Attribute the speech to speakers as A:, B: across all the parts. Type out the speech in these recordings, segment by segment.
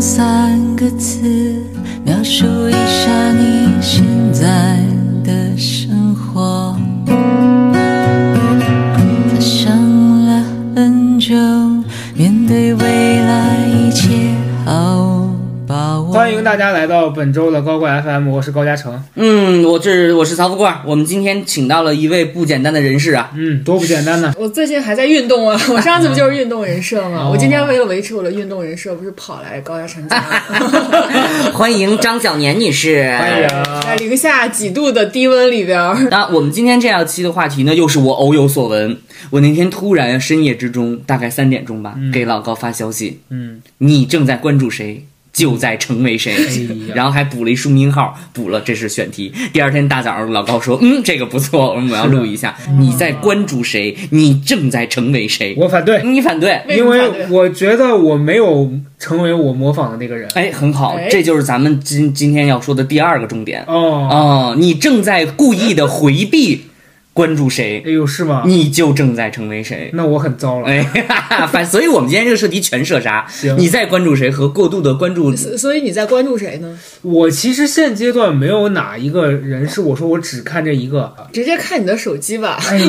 A: 三个字描述一下你现在的生活。他想了很久，面对未来一切好把握。
B: 欢迎大家来到本周的高怪 FM，我是高嘉诚。
C: 嗯，我是我是曹富贵儿，我们今天请到了一位不简单的人士 啊，
B: 嗯，多不简单呢！
D: 我最近还在运动啊，我上次不就是运动人设
B: 嗯
D: 吗？我今
B: 哦
D: 天为了维持我的运动人设，不是跑来高压成家，
C: 欢迎张小年女士。
D: 哎
B: 欢迎。啊
D: 在零下几度的低温里边儿，
C: 那我们今天这样期的话题呢，又是我偶有所闻。我那天突然深夜之中，大概三点钟吧，给老高发消息，
B: 嗯，
C: 你正在关注谁，就在成为谁。
B: 哎呀
C: 然后还补了一书名号，补了这是选题。第二天大早上，老高说，嗯，这个不错，我们要录一下。你在关注谁，你正在成为谁。
B: 嗯我反对，
C: 你反对，
B: 因
D: 为什
B: 为
D: 么反对
B: 我觉得我没有成为我模仿的那个人。
C: 哎，很好
D: 哎，
C: 这就是咱们今今天要说的第二个重点。
B: 哦，
C: 哦，你正在故意的回避关注谁，
B: 哎呦，是吗？
C: 你就正在成为谁。
B: 那我很糟了。
C: 哎， 哈哈反所以我们今天这个设题全射杀
B: 行，
C: 你在关注谁和过度的关注，
D: 所所以你在关注谁呢？
B: 我其实现阶段没有哪一个人是我说我只看这一个。
D: 直接看你的手机吧。
B: 哎呀，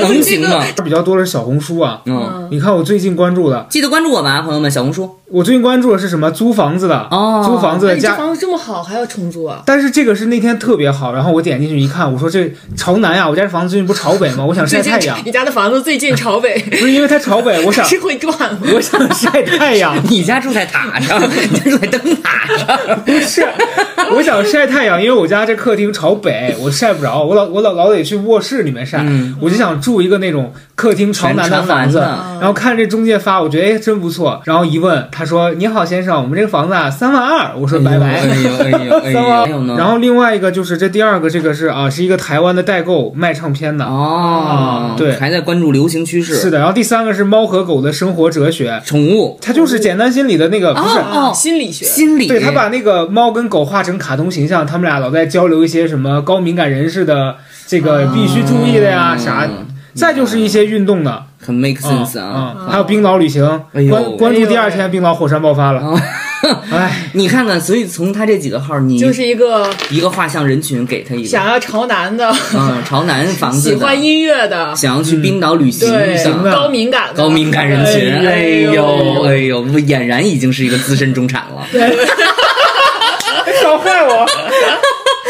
C: 能行吗？
B: 比较多的是小红书啊。
C: 嗯，
B: 你看我最近关注的，
C: 记得关注我们啊，朋友们，小红书
B: 我最近关注的是什么？租房子的，
C: 哦
B: 租房子
D: 哎
B: 的
D: 你这
B: 家。
D: 房子这么好，还要重租啊？
B: 但是这个是那天特别好，然后我点进去一看，我说这朝南啊，我家这房子最近不朝北吗？我想晒
D: 最
B: 太
D: 近
B: 阳，
D: 你家的房子最近朝北，
B: 不是因为啊它朝 北，我想
D: 是会转吗？
B: 我想晒太阳，
C: 你家住在塔 上，你家住在灯塔上，
B: 不是，我想晒太阳，因为我家这客厅朝北，我晒不着，我老我老老得去卧室里面晒，
C: 嗯
B: 我就想住一个那种客厅朝南的房子，
C: 全朝南
B: 然后看这中介发，我觉得哎真不错，然后一问他说你好先生，我们这个房子啊三万二，我说拜拜。
C: 哎呦哎呦哎呦，还有呢，
B: 然后另外一个就是这第二个，这个是啊，是一个台湾的代购卖唱片的，
C: 哦
B: 啊，对
C: 还在关注流行趋势，
B: 是的。然后第三个是猫和狗的生活哲学，
C: 宠物
B: 它就是简单心理的那个，不是
C: 哦
D: 啊心理学。
C: 心理，
B: 对他把那个猫跟狗画成卡通形象，他们俩老在交流一些什么高敏感人士的这个
C: 啊
B: 必须注意的
C: 嗯
B: 呀、啥，再就是一些运动的，
C: 很 make
B: 嗯
C: sense 啊。
B: 嗯，还有冰岛旅行，
C: 哎呦
B: 关关注第二
D: 哎
B: 天冰岛火山爆发
D: 嗯
B: 了，哎，
C: 你看看，所以从他这几个号，你
D: 就是一个
C: 一个画像人群给他一个，
D: 想要朝南的、
C: 嗯，朝南房子
D: 喜
C: 的，
D: 欢音乐的、
C: 想要去冰岛旅行，
D: 对
C: 想
B: 的
D: 高敏感的、
C: 高敏感人群，哎
B: 哎
C: 呦
B: 呦
C: 哎呦，俨然已经是一个资深中产了。
B: 少坏 我，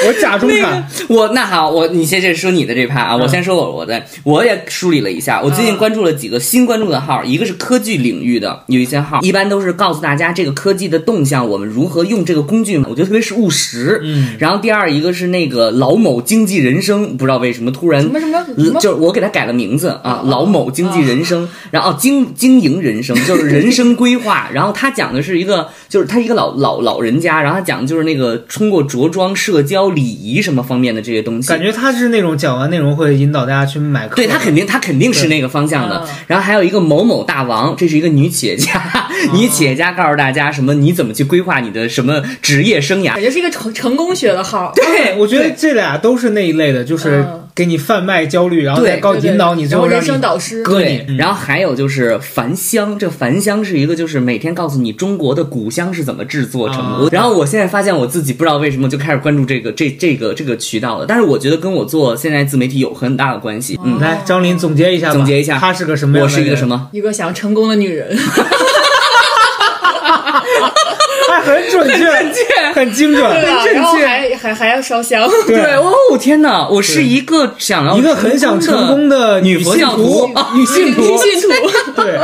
B: 我假中产，
C: 我哎那好，我你先先说你的这趴啊，我先说我我的，我也梳理了一下，我最近关注了几个新关注的号，一个是科技领域的，有一些号一般都是告诉大家这个科技的动向，我们如何用这个工具，我觉得特别是务实。
B: 嗯，
C: 然后第二一个是那个老某经济人生，不知道为什么突然
D: 什么什么什么
C: 嗯就是我给他改了名字啊，老某经济人生，然后经经营 人生就是人生规划，然后他讲的是一个就是他一个老老老人家，然后他讲的就是那个通过着装、社交、礼仪什么方面的这些东西
B: 感。觉他是那种讲完内容会引导大家去买课，
C: 对他肯定，他肯定是那个方向的
B: 嗯
D: 对。
C: 然后还有一个某某大王，这是一个女企业
B: 啊
C: 家， 女企业家告诉大家什么，你怎么去规划你的什么职业生涯
D: 感。觉是一个成成功学的号。
C: 对，
B: 哎我觉得这俩都是那一类的，就是
D: 嗯
B: 给你贩卖焦虑，然后
C: 对
B: 再告
D: 对对
B: 引导你，最
D: 然
B: 后
D: 后
B: 让
D: 人
B: 你
D: 生导师，
B: 割
C: 对
B: 你，，
C: 然后还有就是樊香，这樊香是一个就是每天告诉你中国的古香是怎么制作成的。
B: 啊
C: 然后我现在发现我自己不知道为什么就开始关注这个这这个这个渠道了，但是我觉得跟我做现在自媒体有很大的关
B: 啊
C: 系。嗯，
B: 来，张琳总结一下吧，
C: 总结一下
B: 他是个什么样
C: 我
B: 的人？
C: 是一个什么？
D: 一个想成功的女人，
B: 哎，很准确，很
C: 确
B: 精准，
D: 对啊，
B: 很
D: 然后
B: 正确。
D: 还还还要烧香，
C: 对，哦天哪，我是一个想要
B: 一个很想成功的女
C: 佛
B: 信
C: 教
B: 徒
C: 徒，
B: 女信徒，
D: 信徒。
B: 对，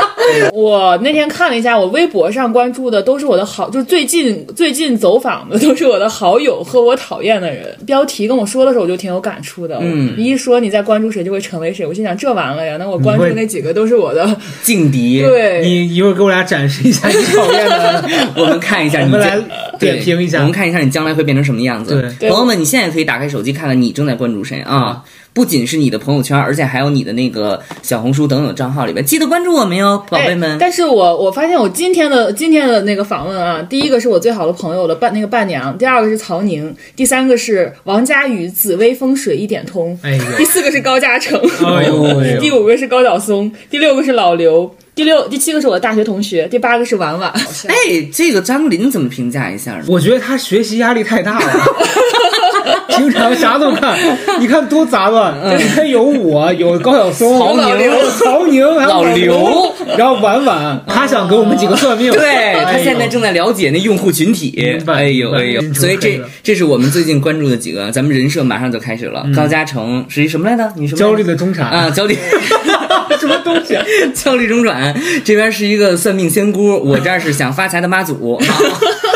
D: 我那天看了一下，我微博上关注的都是我的好，就是最近最近走访的都是我的好友和我讨厌的人。标题跟我说的时候，我就挺有感触的。
C: 嗯
D: 一说你在关注谁就会成为谁，我心想这完了呀，那我关注
B: 你会
D: 那几个都是我的，
C: 劲敌。，
D: 对，
B: 你一会儿给我俩展示一下你讨厌 的，
C: 我们看一下
B: 我
C: 你
B: 们
C: 这
B: 来点评一
C: 我
B: 下
C: 们。看一下你将来会变成什么样子。
B: 对嗯
C: 朋友们，你现在可以打开手机看看你正在关注谁啊？不仅是你的朋友圈，而且还有你的那个小红书等等账号里面，记得关注我们哟，宝贝
D: 哎
C: 们。
D: 但是我我发现我今天的今天的那个访问啊，第一个是我最好的朋友的伴那个伴娘，第二个是曹宁，第三个是王佳宇紫薇风水一点通，
B: 哎呦
D: 第四个是高嘉诚，
B: 哎 呦哎呦
D: 第五个是高晓松，第六个是老刘，第六第七个是我的大学同学，第八个是婉婉。
C: 哎，这个张琳怎么评价 一下呢？
B: 我觉得他学习压力太大了， 平常啥都看，你看多杂乱，你看有我，有高晓松、
C: 嗯曹宁
B: 有曹宁，还有
C: 老刘，嗯
B: 然后婉婉，他想给我们几个算命，
C: 对他
B: 哎呦
C: 现在正在了解那用户群体
B: 明，白
C: 哎呦
B: 明白
C: 哎呦，
B: 真诚
C: 所以
B: 黑
C: 这
B: 了
C: 这是我们最近关注的几个，咱们人设马上就开始
B: 嗯
C: 了。高嘉诚是一什么来着？你什么来着
B: 焦虑的中产
C: 啊，焦虑
B: 什么东西啊？
C: 焦虑中转，这边是一个算命仙姑，我这儿是想发财的妈祖。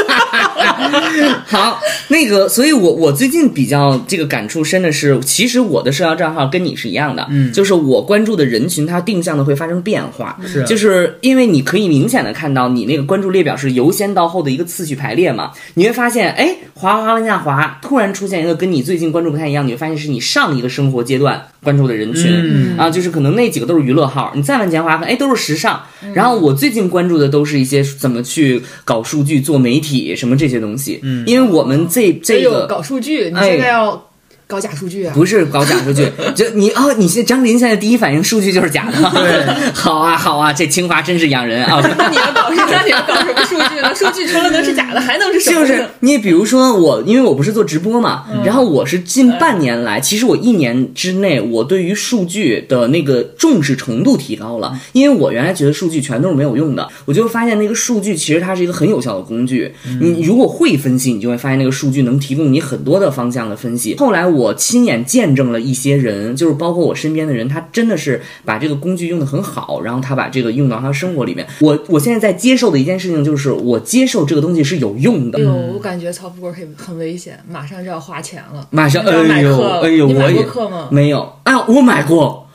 C: 好，那个，所以我我最近比较这个感触深的是，其实我的社交账号跟你是一样的，嗯，就是我关注的人群，它定向的会发生变化，
B: 是啊
C: 就是因为你可以明显的看到你那个关注列表是由先到后的一个次序排列嘛，你会发现，哎，滑滑往下滑，突然出现一个跟你最近关注不太一样，你会发现是你上一个生活阶段关注的人群，
B: 嗯
C: 啊，就是可能那几个都是娱乐号，你再往前滑，哎，都是时尚。
B: 嗯
C: 然后我最近关注的都是一些怎么去搞数据、做媒体什么这些东西。嗯，因为我们这这
D: 哎呦
C: 个
D: 搞数据，你
C: 哎
D: 现在要搞假数据啊？
C: 不是搞假数据，就你哦，你现张琳现在第一反应数据就是假的。
B: 对，
C: 好啊好啊，这清华真是养人啊！
D: 那你要搞什么？那你要搞什么数据呢？数据除了能是假的，还能是什么
C: 就
D: 呢？
C: 是你比如说我，因为我不是做直播嘛，然后我是近半年来，其实我一年之内，我对于数据的那个重视程度提高了，因为我原来觉得数据全都是没有用的，我就发现那个数据其实它是一个很有效的工具。你如果会分析，你就会发现那个数据能提供你很多的方向的分析。后来我亲眼见证了一些人，就是包括我身边的人，他真的是把这个工具用的很好，然后他把这个用到他生活里面。我我现在在接受的一件事情就是，我接受这个东西是有用的。
D: 哎呦，我感觉曹富贵很很危险，马上就要花钱了。
C: 马上，
D: 你知道
C: 哎
D: 买
C: 呦
D: 课，
C: 哎呦，
D: 你买
C: 我
D: 过
C: 也
D: 课吗
C: 没有啊，我买过，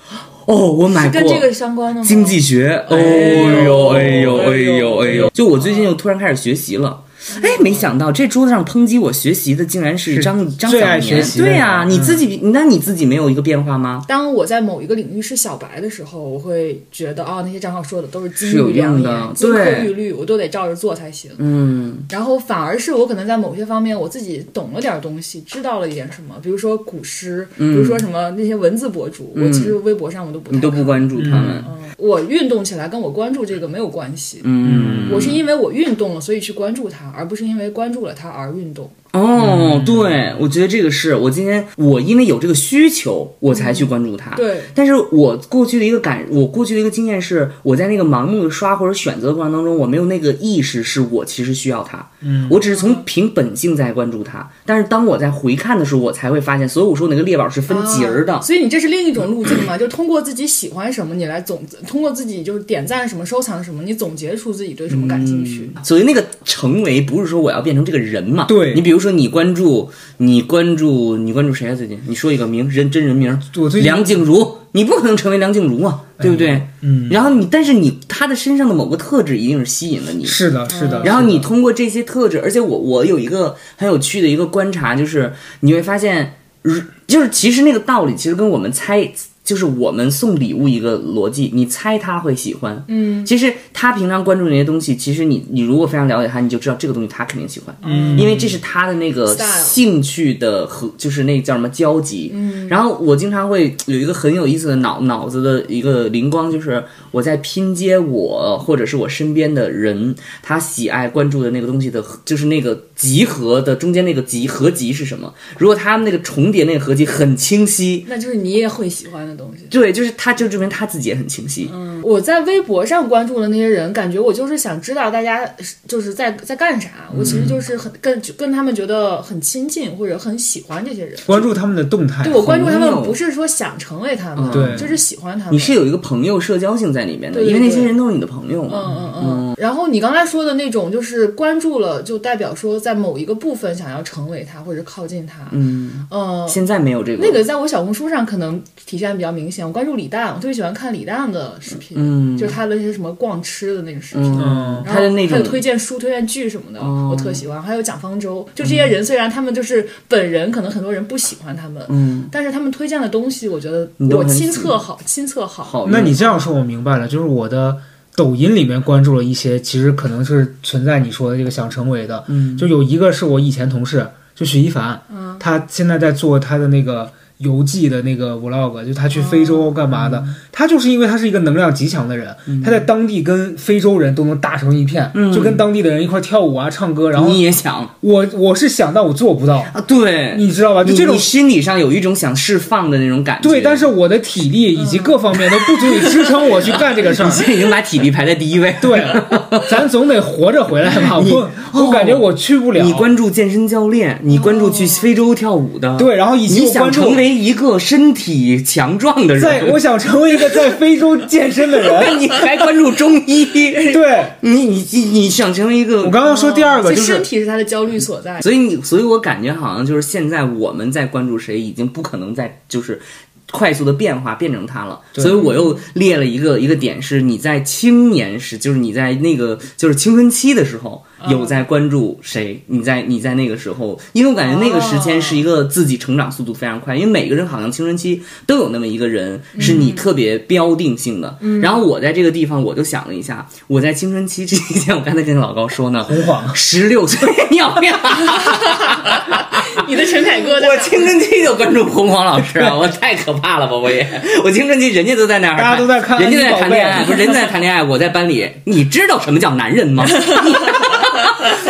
C: 哦，我买过
D: 跟这个相关的吗？
C: 经济学，哦呦，哎呦，哎呦，哎呦，就我最近又突然开始学习了。哎，没想到这桌子上抨击我学习的，竟然是张张
B: 最
C: 小
B: 爱学
C: 年。
B: 习的
C: 对
B: 人
C: 呀、你自己，那你自己没有一个变化吗？
D: 当我在某一个领域是小白的时候，我会觉得啊、那些账号说的都是金
C: 是有
D: 玉良
C: 用的
D: 言、金科
C: 对
D: 玉律，我都得照着做才行。
C: 嗯，
D: 然后反而是我可能在某些方面我自己懂了点东西，知道了一点什么，比如说古诗，比如说什么那些文字博主，我其实微博上我都不
C: 嗯
D: 太
C: 你都不
D: 看
C: 关注他们，
D: 我运动起来跟我关注这个没有关系，
C: 嗯，
D: 我是因为我运动了，所以去关注它，而不是因为关注了它而运动。
C: 哦，
D: 嗯
C: 对，我觉得这个是我今天我因为有这个需求，我才去关注它。
D: 对
C: 但是我过去的一个感，我过去的一个经验是，我在那个盲目的刷或者选择的过程当中，我没有那个意识，是我其实需要它。嗯，我只是从凭本性在关注它。但是当我在回看的时候，我才会发现，所以我说那个列表是分节儿的。
D: 啊所以你这是另一种路径嘛？就通过自己喜欢什么，你来总通过自己就是点赞什么、收藏什么，你总结出自己对什么感兴趣。啊
C: 所以那个成为不是说我要变成这个人嘛？
B: 对
C: 你比如说你关注你关注你关注谁啊？最近你说一个名人真人名，
B: 我最近哎
C: 梁静茹，你不可能成为梁静茹啊，对不对？嗯。然后你，但是你她的身上的某个特质一定是吸引了你。
B: 是的，是的。
C: 嗯然后你
B: 是的
C: 通过这些特质，而且我我有一个很有趣的一个观察，就是你会发现，如就是其实那个道理其实跟我们猜，就是我们送礼物一个逻辑，你猜他会喜欢，嗯，其实他平常关注的那些东西，其实你你如果非常了解他，你就知道这个东西他肯定喜欢，嗯，因为这是他的那个
D: Style
C: 兴趣的和就是那叫什么交集，嗯，然后我经常会有一个很有意思的脑脑子的一个灵光，就是我在拼接我或者是我身边的人，他喜爱关注的那个东西的，就是那个集合的中间那个集合集是什么？如果他们那个重叠那个合集很清晰，
D: 那就是你也会喜欢的东西。嗯
C: 对，就是他就证明他自己也很清晰，
D: 我在微博上关注的那些人，感觉我就是想知道大家是就是在在干啥。我
C: 嗯
D: 其实就是很跟跟他们觉得很亲近或者很喜欢这些人。
B: 关注他们的动态，
D: 对我关注他
C: 朋
D: 们
C: 友，嗯
D: 不是说想成为他们，
B: 对
D: 就是喜欢他们。
C: 你是有一个朋友社交性在里面的，
D: 对对
C: 因为那些
D: 对
C: 人都是你的朋友嘛。
D: 嗯嗯嗯。然后你刚才说的那种，就是关注了，就代表说在某一个部分想要成为他或者靠近他。
C: 嗯，
D: 嗯，
C: 现在没有这个
D: 那个在我小红书上可能体现比较明显。我关注李诞，我特别喜欢看李诞的视频，
C: 嗯
D: 就是他的那些什么逛吃的那种视频。
C: 嗯，他
D: 然后
C: 的那
D: 还
C: 种
D: 有推荐书、推荐剧什么的，
C: 哦
D: 我特喜欢。还有蒋方舟，就这些人，虽然他们就是本人，可能很多人不喜欢他们，
C: 嗯
D: 但是他们推荐的东西，我觉得
C: 你都
D: 我
C: 很
D: 亲
C: 喜
D: 测
C: 欢
D: 好，亲测好。
C: 好用，
B: 那你这样说，我明白了，就是我的抖音里面关注了一些，其实可能是存在你说的这个想成为的，
C: 嗯
B: 就有一个是我以前同事，就许一凡，
D: 嗯
B: 他现在在做他的那个游记的那个 vlog，就他去非
C: 哦
B: 洲干嘛的，
C: 嗯
B: 他就是因为他是一个能量极强的人，他在当地跟非洲人都能打成一片，
C: 嗯
B: 就跟当地的人一块跳舞啊、唱歌，然后
C: 你也想
B: 我我是想，但我做不到，
C: 啊？对，
B: 你知道啊吧？就
C: 你
B: 这种
C: 你心理上有一种想释放的那种感觉。
B: 对，但是我的体力以及各方面都不足以支撑我去干这个事儿
C: 嗯 你。 现在已经把体力排在第一位。
B: 对，咱总得活着回来吧。
C: 你哦
B: 我我感觉我去不了。
C: 你关注健身教练，你关注去非洲跳舞的，，
B: 对，然后以及
C: 你
B: 我
C: 想
B: 关
C: 成
B: 注，
C: 为一个身体强壮的人，
B: 在我想成为一个在非洲健身的人。
C: 你还关注中 医，
B: 对，
C: 你你你你想成为一个
B: 我刚刚说第二个
D: 所以
B: 就
D: 身
B: 是
D: 体是他的焦虑所在。
C: 所以你，所以我感觉好像就是现在我们在关注谁，已经不可能再就是快速的变化变成他了。所以我又列了一个一个点是，你在青年时，就是你在那个就是青春期的时候，有在关注谁？你在你在那个时候，因为我感觉那个时间是一个自己成长速度非常快，因为每个人好像青春期都有那么一个人是你特别标定性的。然后我在这个地方，我就想了一下，我在青春期这一天，我刚才跟老高说呢，
B: 洪 晃。
C: 十六岁，你要不要？
D: 你的陈凯歌在
C: 我
D: 哪
C: 青春期就关注洪荒老 师啊，我太可怕了吧！我也，我青春期人家都在那儿，
B: 大家都在看
C: 人家在谈恋
B: 安妮宝贝
C: 爱，不是人家在谈恋爱，我在班里，你知道什么叫男人吗？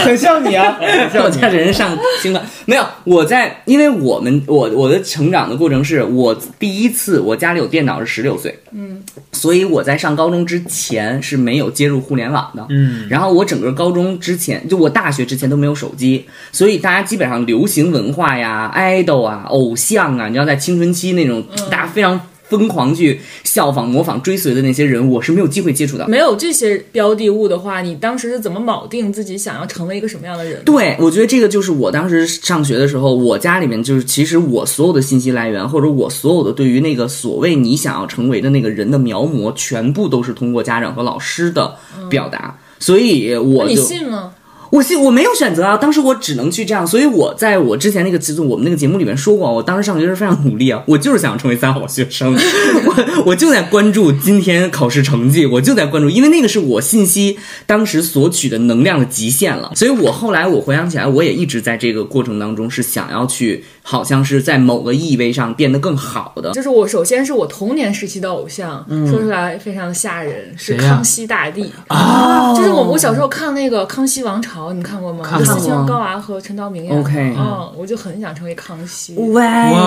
B: 很像你啊，很
C: 我
B: 像你
C: 带着人上新冠，没有，我在，因为我们我我的成长的过程是我第一次我家里有电脑是十六岁，嗯，所以我在上高中之前是没有接入互联网的，
B: 嗯，
C: 然后我整个高中之前，就我大学之前都没有手机，所以大家基本上流行文化呀、idol 啊、偶像啊，你知道在青春期那种大家非常疯狂去效仿、模仿、追随的那些人，我是没有机会接触到的。
D: 没有这些标的物的话，你当时是怎么锚定自己想要成为一个什么样的人？
C: 对，我觉得这个就是我当时上学的时候，我家里面就是，其实我所有的信息来源，或者我所有的对于那个所谓你想要成为的那个人的描摹，全部都是通过家长和老师的表达。所以我
D: 你
C: 就
D: 信吗？
C: 我信我没有选择啊，当时我只能去这样，所以我在我之前那个节目我们那个节目里面说过，我当时上学是非常努力啊，我就是想成为三好学 生，我我就在关注今天考试成绩，我就在关注，因为那个是我信息当时索取的能量的极限了，所以我后来我回想起来，我也一直在这个过程当中是想要去，好像是在某个意味上变得更好的，
D: 就是我首先是我童年时期的偶像，
C: 嗯
D: 说出来非常的吓人，是
B: 谁呀
D: 康熙大帝啊！就是我我小时候看那个《康熙王朝》，你们看过吗？
B: 看过
D: 四清高娃啊和陈道明演的。
C: OK
D: 嗯，我就很想成为康熙，
C: 喂
B: 哇
C: 哎，why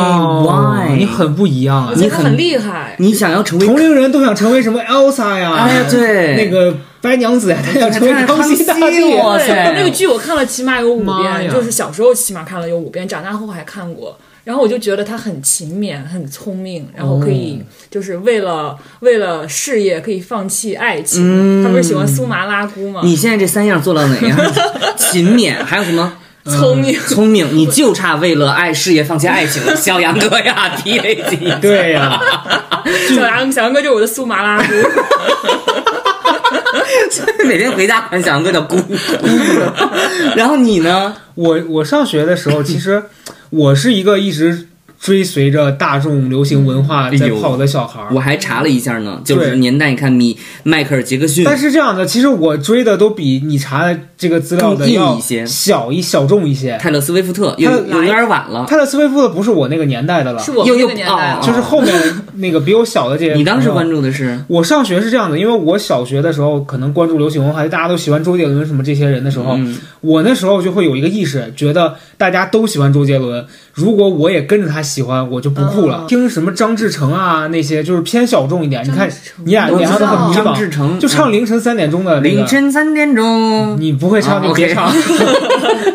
B: 哦你很不一样啊
D: 我！觉得
C: 你
D: 他
C: 很
D: 很厉害。
C: 你想要成为
B: 同龄人都想成为什么 Elsa 呀？
C: 哎呀对哎
B: 那个白娘子呀，他想成为康熙大
C: 康熙
B: 帝。
C: 哇
D: 对
C: 塞
D: 那个剧我看了起码有五
B: 妈
D: 遍，
B: 呀
D: 就是小时候起码看了有五遍，长大后还看过。然后我就觉得他很勤勉，很聪明，然后可以就是为了、为了事业可以放弃爱情。他不是喜欢苏麻拉姑吗？
C: 你现在这三样做到哪样？ 勤勉，还有什么？
D: 聪明，
C: 聪明，你就差为了爱事业放弃爱情了， 小杨哥呀，T A G，
B: 对呀，
D: 小杨小杨哥就是我的苏麻拉姑。
C: 每天回家管小杨哥叫姑 姑。然后你呢？
B: 我我上学的时候，其实 我是一个一直追随着大众流行文化
C: 哎
B: 在跑的小孩儿。
C: 我还查了一下呢，就是
B: 对
C: 年代，你看米迈克尔杰克逊，
B: 但是这样的，其实我追的都比你查的这个资料的
C: 更硬
B: 要
C: 一些
B: 小一小众一些。
C: 泰勒斯威夫特，有
B: 他
C: 有点晚了。
B: 泰勒·斯威夫特不是我那个年代的了，
D: 是我
C: 又
D: 们那
C: 又
D: 个年代
C: 哦
D: 的，
B: 就是后面那个比我小的这些。
C: 你当时 关？注的是
B: 我上学是这样的，因为我小学的时候可能关注流行文化，就大家都喜欢周杰伦什么这些人的时候，
C: 嗯
B: 我那时候就会有一个意识，觉得大家都喜欢周杰伦，如果我也跟着他喜欢，我就不酷
C: 哦
B: 了。
D: 嗯
B: 听什么张志成啊那些，就是偏小众一点。你看
D: 张志成
B: 你俩
C: 我
B: 脸上
C: 知
B: 都
C: 道
B: 很迷
C: 张志
B: 茫，
C: 成，嗯
B: 就唱凌晨三点钟的那
C: 凌
B: 个。
C: 晨三点钟。
B: 你不会唱
C: 啊
B: 就别
C: OK
B: 唱，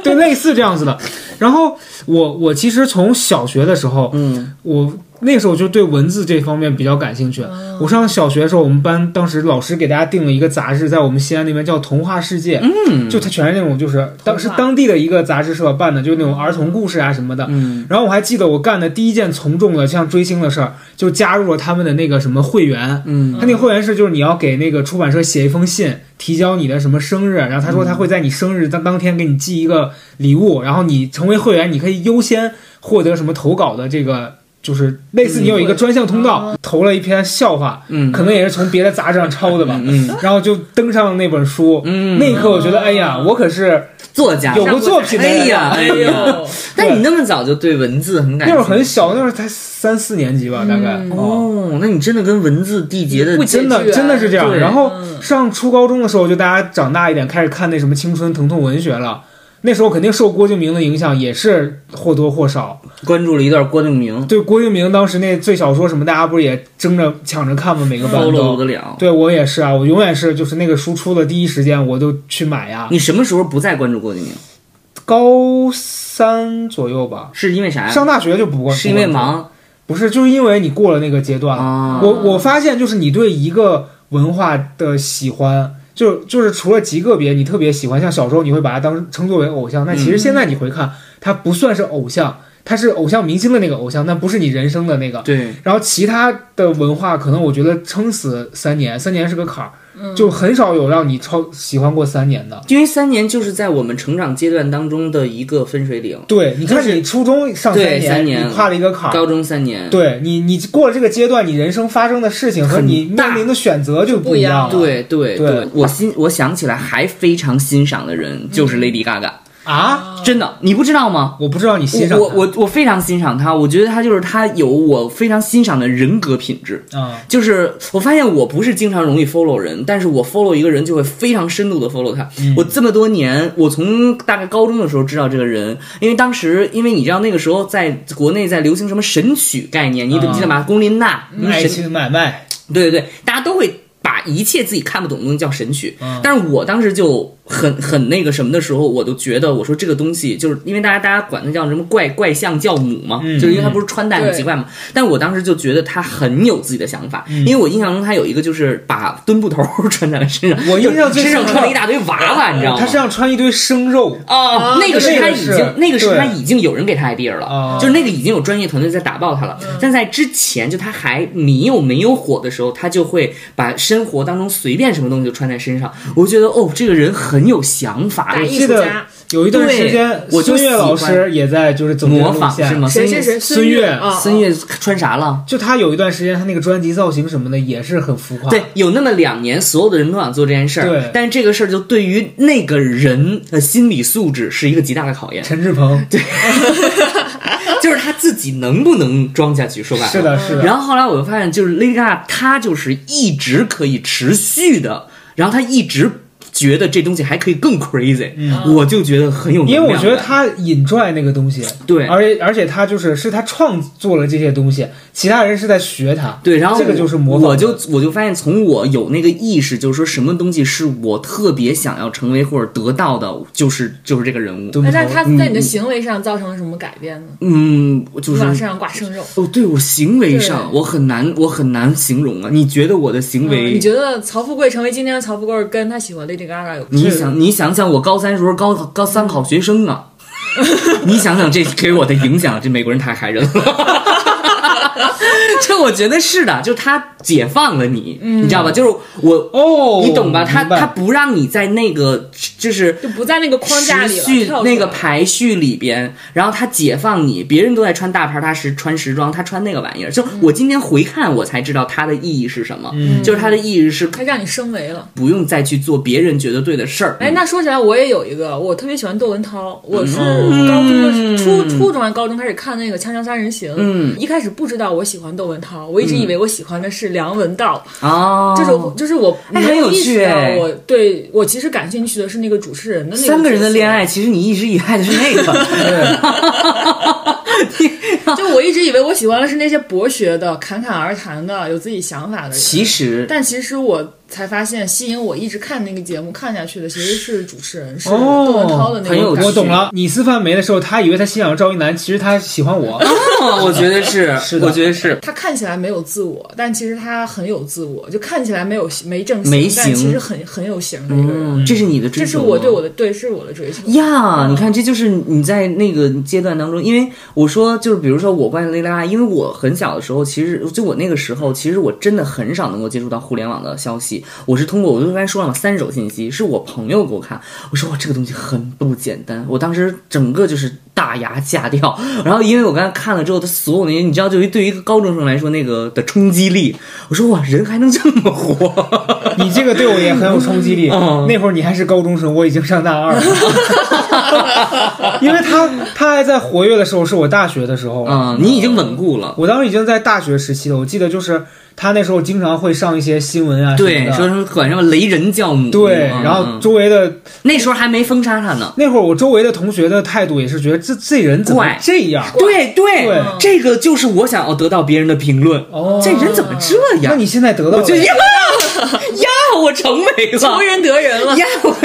B: 对，类似这样子的。然后我我其实从小学的时候，
C: 嗯，
B: 我那个时候就对文字这方面比较感兴趣。我上小学的时候，我们班当时老师给大家订了一个杂志，在我们西安那边叫《童话世界》，嗯，就它全是那种就是当时
D: 童话
B: 当地的一个杂志社办的，就是那种儿童故事啊什么的。
C: 嗯，
B: 然后我还记得我干的第一件从众的像追星的事儿，就加入了他们的那个什么会员。
C: 嗯，
B: 他那个会员是就是你要给那个出版社写一封信，提交你的什么生日，然后他说他会在你生日当当天给你寄一个礼物，然后你成为会员，你可以优先获得什么投稿的这个。就是类似你有一个专项通道，投了一篇笑话，
C: 嗯
B: 可能也是从别的杂志上抄的吧，
C: 嗯
B: 然后就登上了那本书。
C: 嗯
B: 那一刻我觉得，哎呀，我可是
C: 作家
B: 有。过作品的人
C: 哎呀，哎
D: 哎
C: 呀！
D: 呦，
C: 但你那么早就对文字很感
B: 那
C: 兴
B: 会
C: 趣？
B: 儿很小，那会儿才三四年级吧，大概。哦，
C: 哦，那你真的跟文字缔结的
D: 不
B: 真的
D: 结局啊
B: 真的是这样。
C: 对嗯
B: 然后上初高中的时候，就大家长大一点，开始看那什么青春疼痛文学了。那时候肯定受郭敬明的影响，也是或多或少。
C: 关注了一段郭敬明
B: 对郭敬明当时那最小说什么，大家不是也争着抢着看吗？每个班
C: ，follow
B: 都。
C: 得了。
B: 对我也是啊，我永远是就是那个书出的第一时间我就去买呀。
C: 你什么时候不再关注郭敬明？
B: 高三左右吧，
C: 是因为啥呀？
B: 上大学就不过
C: 哎是因为忙
B: 不是，就是因为你过了那个阶段了。
C: 啊？
B: 我我发现就是你对一个文化的喜欢，就就是除了极个别你特别喜欢，像小时候你会把它当称作为偶像，但其
C: 嗯
B: 实现在你回看，它不算是偶像，它是偶像明星的那个偶像，但不是你人生的那个。
C: 对，
B: 然后其他的文化，可能我觉得撑死三年，三年是个坎儿，
C: 嗯
B: 就很少有让你超喜欢过三年的。
C: 因为三年就是在我们成长阶段当中的一个分水岭，
B: 对，你看
C: 就是
B: 你初中上
C: 对
B: 三
C: 三年
B: 你跨了一个坎儿，
C: 高中三年。
B: 啊对你，你过了这个阶段，你人生发生的事情和
C: 很
B: 你
C: 大
B: 面临的选择就
D: 不
B: 一
D: 一样
B: 样了。
D: 了
C: 对对
B: 啊对
C: 对，我欣我想起来还非常欣赏的人就是 Lady Gaga，
B: 啊，
C: 真的，你不知道吗？
B: 我不知道你欣赏
C: 我我我非常欣赏她，我觉得她就是她有我非常欣赏的人格品质。
B: 我啊，
C: 就是我发现我不是经常容易 follow 人，但是我 follow 一个人就会非常深度的 follow 他。
B: 嗯
C: 我这么多年，我从大概高中的时候知道这个人，因为当时因为你知道那个时候在国内在流行什么神曲概念，你
B: 啊
C: 你记得吗？龚琳娜，什么
B: 爱
C: 神
B: 情买卖
C: 对对对，大家都会把一切自己看不懂的东西叫神曲。
B: 嗯
C: 但是我当时就很很那个什么的时候，我就觉得我说这个东西就是因为大家大家管它叫什么怪怪象教母嘛，
B: 嗯
C: 就是因为它不是穿戴很
D: 对
C: 奇怪嘛。但我当时就觉得他很有自己的想法，
B: 嗯
C: 因为我印象中他有一个就是把墩布头 穿在了身上，
B: 我印象最
C: 身
B: 深刻
C: 上穿了一大堆娃娃，你知道吗？
B: 他身上穿一堆生肉
C: 哦
D: 啊，
C: 那个是
B: 那个
C: 他已
B: 是
C: 经，那个是
B: 对
C: 他已经有人给他 idea
B: 哦
C: 了，就是那个已经有专业团队在打爆他了。
B: 嗯
C: 但在之前，就他还米有没有火的时候，他就会把生活当中随便什么东西就穿在身上。我觉得哦，这个人很有想法
D: 大，
B: 我
D: 艺
B: 记
D: 术
B: 得
D: 家
B: 有一段时间，
C: 对我就
B: 孙悦
C: 喜欢
B: 老师也在就是走这个
C: 模
B: 路
C: 仿
B: 线
C: 是吗？
D: 谁
C: 孙
D: 谁
C: 悦
D: 谁，
B: 孙悦
D: 悦啊，
C: 孙悦穿啥了？
B: 就他有一段时间，他那个专辑造型什么的也是很浮夸。
C: 对，，有那么两年，所有的人都想做这件事
B: 对
C: 儿，但是这个事儿就对于那个人的心理素质是一个极大的 考验，
B: 陈志朋，对，
C: 就是他自己能不能装下去。说白了，
B: 是的，是的。
C: 嗯然后后来我就发现，就是 Lady Gaga，她就是一直可以持续的，然后她一直觉得这东西还可以更 crazy，、我就觉得很有能
B: 嗯因
C: 量
B: 为
C: 感。
B: 我觉得他引拽那个东西，
C: 对
B: 而且而且他就是是他创作了这些东西，其他人是在学他，
C: 对，然后
B: 这个就是模仿的，
C: 我就我就发现，从我有那个意识，就是说什么东西是我特别想要成为或者得到的，就是就是这个人物。
B: 对不对
D: 哎那他在你的行为上造成了什么改变呢？
C: 嗯，就
D: 你
C: 是
D: 往身上挂生肉，
C: 哦，对我行为上，
D: 对
C: 我很难，我很难形容啊。你觉得我的行为？
B: 嗯
D: 你觉得曹富贵成为今天的曹富贵，跟他喜欢 Lady Gaga 有关？
C: 你想，你想想，我高三时候高高三好学生 啊，你想想这给我的影响，这美国人太害人了。 这我觉得是的，就他解放了你，
D: 嗯
C: 你知道吧？就是我，
B: 哦，
C: 你懂吧？他
B: 明白
C: 他不让你在那个就是
D: 就不在那个框架
C: 时
D: 里了，
C: 序
D: 跳出来
C: 那个排序里边，然后他解放你，别人都在穿大牌，他时穿时装，他穿那个玩意儿。就
D: 嗯
C: 我今天回看，我才知道它的意义是什么，就是它的意义是
D: 他让你升维了。
C: 不用再去做别人觉得对的事儿。
D: 哎，那说起来我也有一个，我特别喜欢窦文涛，我是
C: 嗯
D: 高中的时初初中还是高中开始看那个《锵锵三人行》，
C: 嗯
D: 一开始不知道我喜欢窦文涛，我一直以为我喜欢的是梁文道，
C: 哦，
D: 就是我就是我
C: 哎
D: 没
C: 很有
D: 有意识
C: 趣
D: 到
C: 哎
D: 我对我其实感兴趣的是那个主持人的那个
C: 三个人的
D: 角色
C: 恋爱，，其实你一直以爱的是那 个。
D: 就我一直以为我喜欢的是那些博学的、侃侃而谈的、有自己想法的人，
C: 其实，
D: 但其实我才发现吸引我一直看那个节目看下去的，其实是主持人，是
B: 哦
D: 窦文涛的那
C: 很有
D: 个感觉。
B: 我懂了，你撕范梅的时候，他以为他欣赏赵一楠，其实他喜欢 我。
C: 哦，我觉得是，
B: 是的
C: 我觉得是。
D: 他看起来没有自我，但其实他很有自我，就看起来没有没正形，
C: 没
D: 但
C: 形
D: 其实很很有型的一个人。
C: 嗯，这是你的追
D: 这
C: 求，
D: 是我对我的对，是我的追求。
C: 呀你看，这就是你在那个阶段当中，因为我说就是，比如说我关于蕾拉，因为我很小的时候，其实就我那个时候，其实我真的很少能够接触到互联网的消息。我是通过我就刚才说了嘛，三手信息是我朋友给我看，我说哇，这个东西很不简单，我当时整个就是大牙架掉。然后因为我刚才看了之后，他所有那些，你知道，对于对于一个高中生来说，那个的冲击力，我说哇，人还能这么活。
B: 你这个对我也很有冲击力。
C: 嗯
B: 那会儿你还是高中生，我已经上大二 了。因为他他还在活跃的时候是我大学的时候，
C: 嗯，你已经稳固了。
B: 我当时已经在大学时期了。我记得就是他那时候经常会上一些新闻啊什么
C: 对，
B: 的，
C: 说什么管什么雷人教母，
B: 对，
C: 嗯
B: 然后
C: 嗯
B: 周围的
C: 那时候还没封杀他呢。
B: 那会儿我周围的同学的态度也是觉得这这人怎么
C: 怪
B: 这样？
C: 对对
B: 对
C: 这个就是我想要得到别人的评论。
B: 哦
C: 这人怎么这
B: 那
C: 样？
B: 你现在得到
C: 我
B: 了
C: 就呀呀，我成为了
D: 求人得人了，
C: 呀！我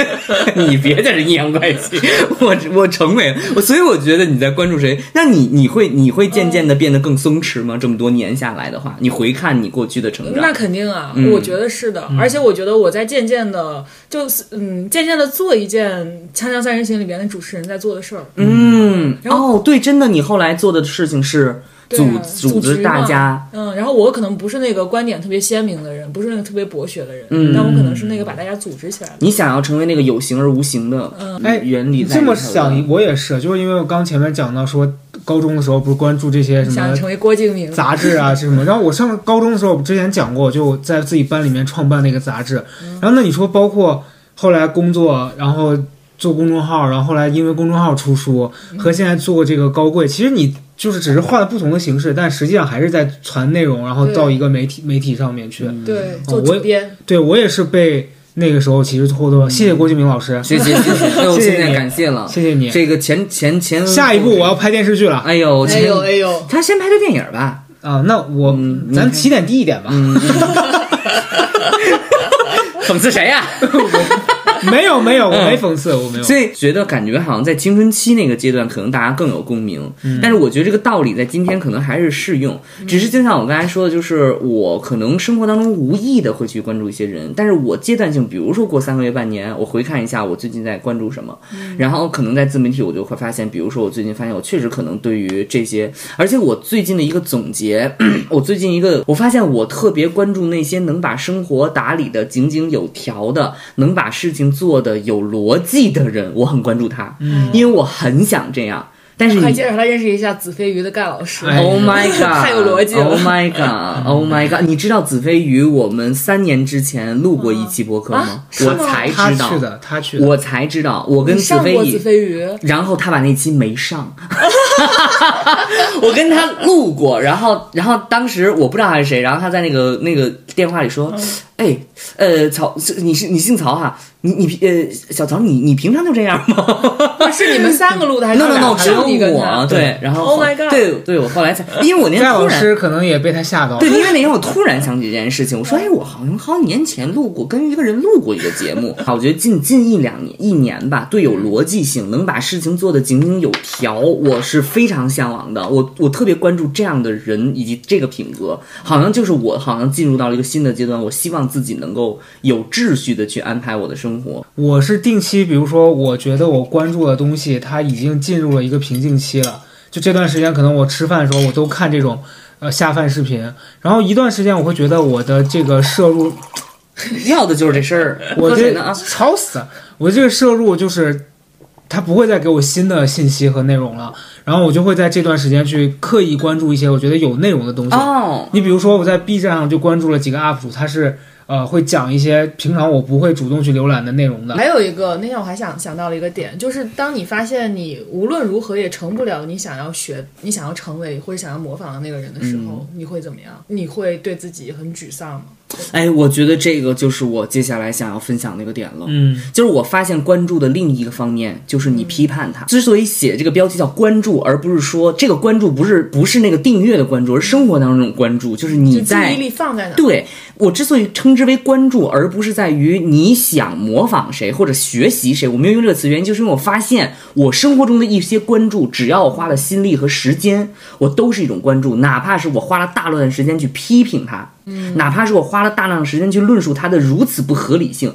C: 你别在这阴阳怪气，我我成为了我，所以我觉得你在关注谁？那你你会你会渐渐的变得更松弛吗？这么多年下来的话，你回看你过去的成
D: 那
C: 长，
D: 肯定啊，我觉得是的。
B: 嗯
D: 而且我觉得我在渐渐的，就是嗯，渐渐的做一件《锵锵三人行》里边的主持人在做的事儿。
C: 嗯，
D: 然
C: 哦，对，真的，你后来做的事情是
D: 对
C: 组
D: 啊
C: 组织
D: 局
C: 大
D: 嘛
C: 家，
D: 嗯，然后我可能不是那个观点特别鲜明的人，不是那个特别博学的人，
C: 嗯
D: 但我可能是那个把大家组织起来的。
C: 你想要成为那个有形而无形的
B: 哎
C: 原理
B: 你这
C: 在里头的
B: 么想，我也是，就是因为我刚前面讲到说，高中的时候不是关注这些什
D: 想
B: 么
D: 成为郭敬明，
C: 嗯
B: 杂志啊是什么。然后我上高中的时候，我之前讲过，就在自己班里面创办那个杂志。
D: 嗯
B: 然后那你说，包括后来工作，然后做公众号，然后后来因为公众号出书，
D: 嗯
B: 和现在做这个高贵，其实你就是只是换了不同的形式，但实际上还是在传内容，然后到一个媒体媒体上面去。
C: 嗯
D: 对，
B: 哦
D: 做
B: 我
D: 主编，
B: 对我也是被那个时候其实获得，谢谢
D: 嗯
B: 郭敬明老师，
C: 谢谢谢谢，哎我
B: 谢谢
C: 现在
B: 你
C: 感谢了，
B: 谢谢你。
C: 这个前前前
B: 下一步我要拍电视剧了。
C: 哎呦
D: 哎
C: 前
D: 呦哎呦，
C: 他先拍的电影吧，
B: 啊，那我、
C: 嗯
B: 咱
C: 你看嗯
B: 起点低一点吧，
C: 讽刺谁呀、
B: 没有没有，我没讽刺，我没有。
C: 嗯所以觉得感觉好像在青春期那个阶段，可能大家更有共鸣。
B: 嗯
C: 但是我觉得这个道理在今天可能还是适用，只是就像我刚才说的，就是我可能生活当中无意的会去关注一些人，但是我阶段性，比如说过三个月、半年，我回看一下我最近在关注什么，
B: 嗯
C: 然后可能在自媒体我就会发现，比如说我最近发现我确实可能对于这些，而且我最近的一个总结， 我最近一个我发现我特别关注那些能把生活打理的井井有条的，能把事情做的有逻辑的人，我很关注他，嗯，因为我很想这样，但是
D: 快
C: 你
D: 介绍他认识一下子非鱼的盖老师。
B: 哎
C: Oh my god！
D: 太有逻辑了
C: Oh my god！Oh my god！你知道子非鱼我们三年之前录过一期播客吗
D: 啊？是吗
C: 我才
B: 他
C: 知
B: 去
C: 道，
B: 的，他去的。
C: 我才知道，我跟
D: 你上
C: 非
D: 过子
C: 鱼，
D: 非鱼，
C: 然后他把那期没 上，我跟他录过，然后然后当时我不知道他是谁，然后他在那个那个电话里说，
D: 嗯
C: 哎，呃，曹，你是你姓曹哈、你你呃，小曹，你你平常就这样吗？
D: 不是你们三个录的还是
C: no no
D: 俩
C: no，只
D: 还
C: 有
D: 是你跟他
C: 我？对，然后
D: Oh my god
C: 对对，我后来才，因为我那
B: 盖
C: 天突
B: 老
C: 然
B: 师可能也被他吓到了
C: 对，。因为那天我突然想起这件事情，我说，哎，我好像好几年前录过，跟一个人录过一个节目。好，我觉得近近一两年一年吧，对有逻辑性，能把事情做得井井有条，我是非常向往的。我我特别关注这样的人以及这个品格，好像就是我好像进入到了一个新的阶段，我希望自己能够有秩序的去安排我的生活。
B: 我是定期，比如说，我觉得我关注的东西，它已经进入了一个瓶颈期了。就这段时间，可能我吃饭的时候，我都看这种呃下饭视频。然后一段时间，我会觉得我的这个摄入，
C: 要的就是这事儿。
B: 我
C: 喝
B: 这
C: 水呢啊，
B: 吵死了，我这个摄入就是。它不会再给我新的信息和内容了，然后我就会在这段时间去刻意关注一些我觉得有内容的东西。
C: 哦，
B: 你比如说，我在 B 站上就关注了几个 UP 主，他是呃会讲一些平常我不会主动去浏览的内容的。
D: 还有一个，那天我还想想到了一个点，就是当你发现你无论如何也成不了你想要学、你想要成为或者想要模仿的那个人的时候，
C: 嗯
D: 你会怎么样？你会对自己很沮丧吗？
C: 哎，我觉得这个就是我接下来想要分享的一个点了。
B: 嗯，
C: 就是我发现关注的另一个方面，就是你批判它。之所以写这个标题叫关注，而不是说这个关注不是不是那个订阅的关注，而是生活当中那种关注，就是你
D: 就注
C: 在
D: 意力放在哪？
C: 对我之所以称之为关注，而不是在于你想模仿谁或者学习谁。我没有用这个词，原因就是因为我发现我生活中的一些关注，只要我花了心力和时间，我都是一种关注，哪怕是我花了大量的时间去批评它，哪怕是我花了大量的时间去论述它的如此不合理性。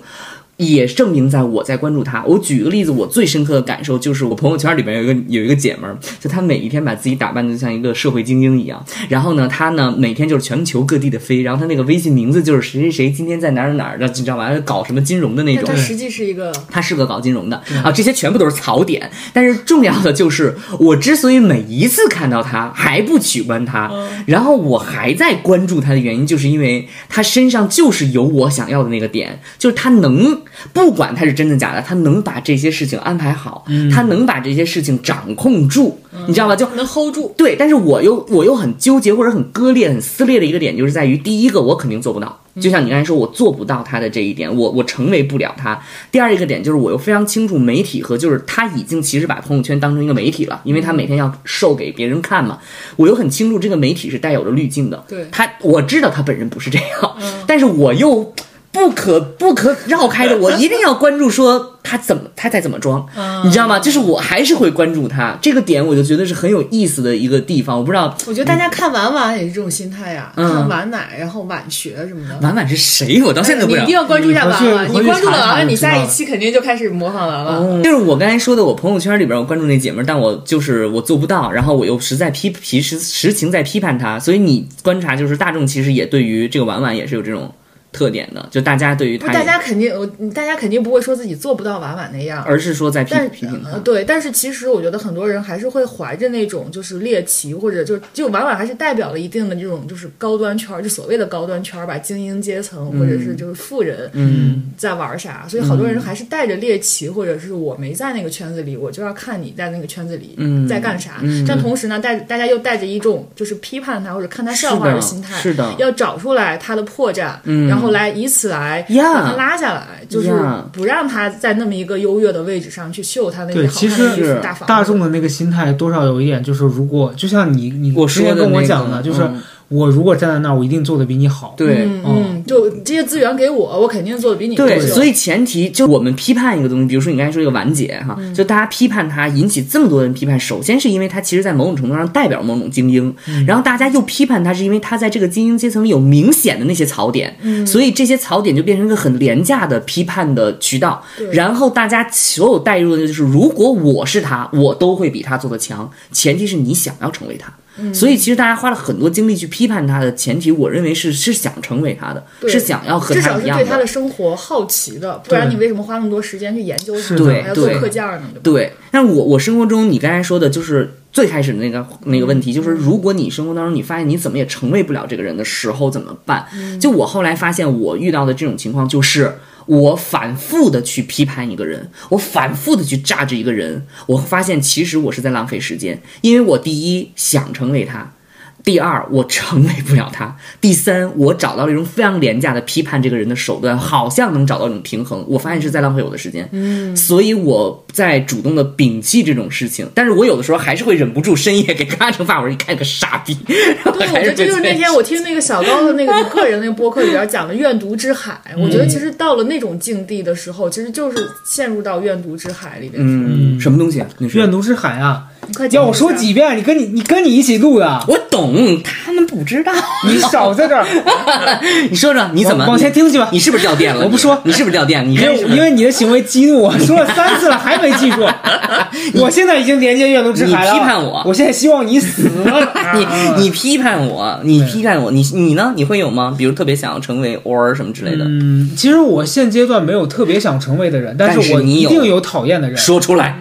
C: 也证明在我在关注他。我举个例子，我最深刻的感受就是，我朋友圈里边有一个有一个姐们儿，就她每一天把自己打扮的像一个社会精英一样。然后呢，她呢每天就是全球各地的飞，然后她那个微信名字就是谁谁谁今天在哪儿哪儿的，你知道吗？搞什么金融的那
D: 但
C: 种
D: 它。实际是一个
C: 他是个搞金融的啊，这些全部都是槽点。但是重要的就是，我之所以每一次看到他还不取关他，然后我还在关注他的原因，就是因为他身上就是有我想要的那个点，就是他能不管他是真的假的，他能把这些事情安排好，他能把这些事情掌控住，你知道吧？就
D: 能 hold 住。
C: 对，但是我又我又很纠结或者很割裂、很撕裂的一个点，就是在于第一个，我肯定做不到。就像你刚才说，我做不到他的这一点，我我成为不了他。第二一个点就是，我又非常清楚媒体和就是他已经其实把朋友圈当成一个媒体了，因为他每天要售给别人看嘛。我又很清楚这个媒体是带有着滤镜的，
D: 对
C: 他我知道他本人不是这样，
D: 嗯
C: 但是我又不可不可绕开的，我一定要关注说他怎么他在怎么装，
D: 嗯
C: 你知道吗？就是我还是会关注他这个点，我就觉得是很有意思的一个地方。我不知道
D: 我觉得大家看晚晚也是这种心态呀，
C: 嗯
D: 看晚奶，然后晚学什么的。
C: 婉婉是谁，我到现在都不
D: 你
C: 知道
D: 一定。要关注一下
B: 你回去回
D: 娃娃，你
B: 去
D: 关注了
B: 查查
D: 娃娃，
B: 就
D: 你
B: 知道
D: 下一
B: 了
D: 期肯定就开始模仿娃娃。
C: 就是我刚才说的，我朋友圈里边我关注那姐们儿，但我就是我做不到，然后我又实在批批实实情在批判她，所以你观察就是大众其实也对于这个婉婉也是有这种特点的，就大家对于
D: 不，
C: 她也，
D: 大家肯定，我大家肯定不会说自己做不到娃娃那样，
C: 而是说在批
D: 但
C: 批
D: 是
C: 评她
D: 呃，。对，但是其实我觉得很多人还是会怀着那种就是猎奇，或者就就往往还是代表了一定的这种就是高端圈儿，就所谓的高端圈儿吧，精英阶层或者是就是富人，嗯，在玩儿啥，所以好多
C: 嗯
D: 人还是带着猎奇，或者是我没在那个圈子里，我就要看你在那个圈子里
C: 嗯
D: 在干啥。但同时呢，带大家又带着一种就是批判他或者看他笑话
C: 是的
D: 心态，
C: 是的
D: 要找出来他的破绽，然后来以此来
C: 呀
D: 把他拉下来，就是
C: 呀
D: 不让他在那么一个优越的位置上去秀他那
B: 对，
D: 个好
B: 其
D: 看
B: 实
D: 的衣服、大房
B: 大
D: 子
B: 众的那个心态多少有一点，就是如果就像你你
C: 我
B: 之
C: 说
B: 前
C: 的
B: 跟我
C: 那
B: 讲
C: 个
B: 的，就是
C: 嗯
B: 我如果站在那儿，我一定做的比你好。
C: 对，
D: 嗯嗯，就这些资源给我，我肯定做的比你优
C: 对，
D: 秀
C: 所以前提就我们批判一个东西，比如说你刚才说一个婉姐哈，
D: 嗯
C: 就大家批判她引起这么多人批判，首先是因为她其实，在某种程度上代表某种精英，
D: 嗯
C: 然后大家又批判她，是因为她在这个精英阶层里有明显的那些槽点，
D: 嗯
C: 所以这些槽点就变成一个很廉价的批判的渠道。然后大家所有带入的就是，如果我是她，我都会比她做的强，前提是你想要成为她。
D: 嗯
C: 所以其实大家花了很多精力去批判她的前提，我认为是是想成为她的，是想要和
D: 至
C: 她
D: 少
C: 一
D: 是
C: 样
D: 对他的生活好奇的，不然你为什么花那么多时间去研究它
B: 的
D: 呢？还要做
C: 对
D: 课件呢？对吧
C: 对，但我我生活中你刚才说的就是最开始的那个那个问
D: 嗯
C: 题，就是如果你生活当中你发现你怎么也成为不了这个人的时候怎么办？
D: 嗯
C: 就我后来发现我遇到的这种情况就是。我反复的去批判一个人，我反复的去榨着一个人，我发现其实我是在浪费时间，因为我第一想成为他，第二，我成为不了他；第三，我找到了一种非常廉价的批判这个人的手段，好像能找到一种平衡。我发现是在浪费我的时间，嗯，所以我在主动的摒弃这种事情。但是我有的时候还是会忍不住深夜给嘎成发，我说你看个傻逼，然后
D: 对，我
C: 还是
D: 觉得这
C: 被
D: 就是那天我听那个小高的那个 你个人那个播客里边讲的怨毒之海，我觉得其实到了那种境地的时候，其实就是陷入到怨毒之海里边。
C: 嗯什么东西啊？你说
B: 愿读之海啊，
D: 你快
B: 要
D: 讲
B: 我
D: 一
B: 说
D: 下
B: 几遍，你跟你你跟你一起录 的，
C: 我懂，他们 不知道。
B: 你少在这儿
C: 你说说 你怎么
B: 往往前？听去吧
C: 你。是不是掉电了？
B: 我不说
C: 你是不是掉电了？你
B: 因
C: 认
B: 为
C: 识
B: 因为你的行为激怒我，说了三次了还没记 住，我现在已经连接阅读之海了。
C: 你批判我
B: 我现在希望你死。
C: 你你批判我，你批判我，你你呢？你会有吗？比如特别想要成为 or 什么之类的，
B: 嗯，其实我现阶段没有特别想成为的人，但
C: 但是
B: 我
C: 你
B: 一
C: 有
B: 定有讨厌的人。
C: 说出来。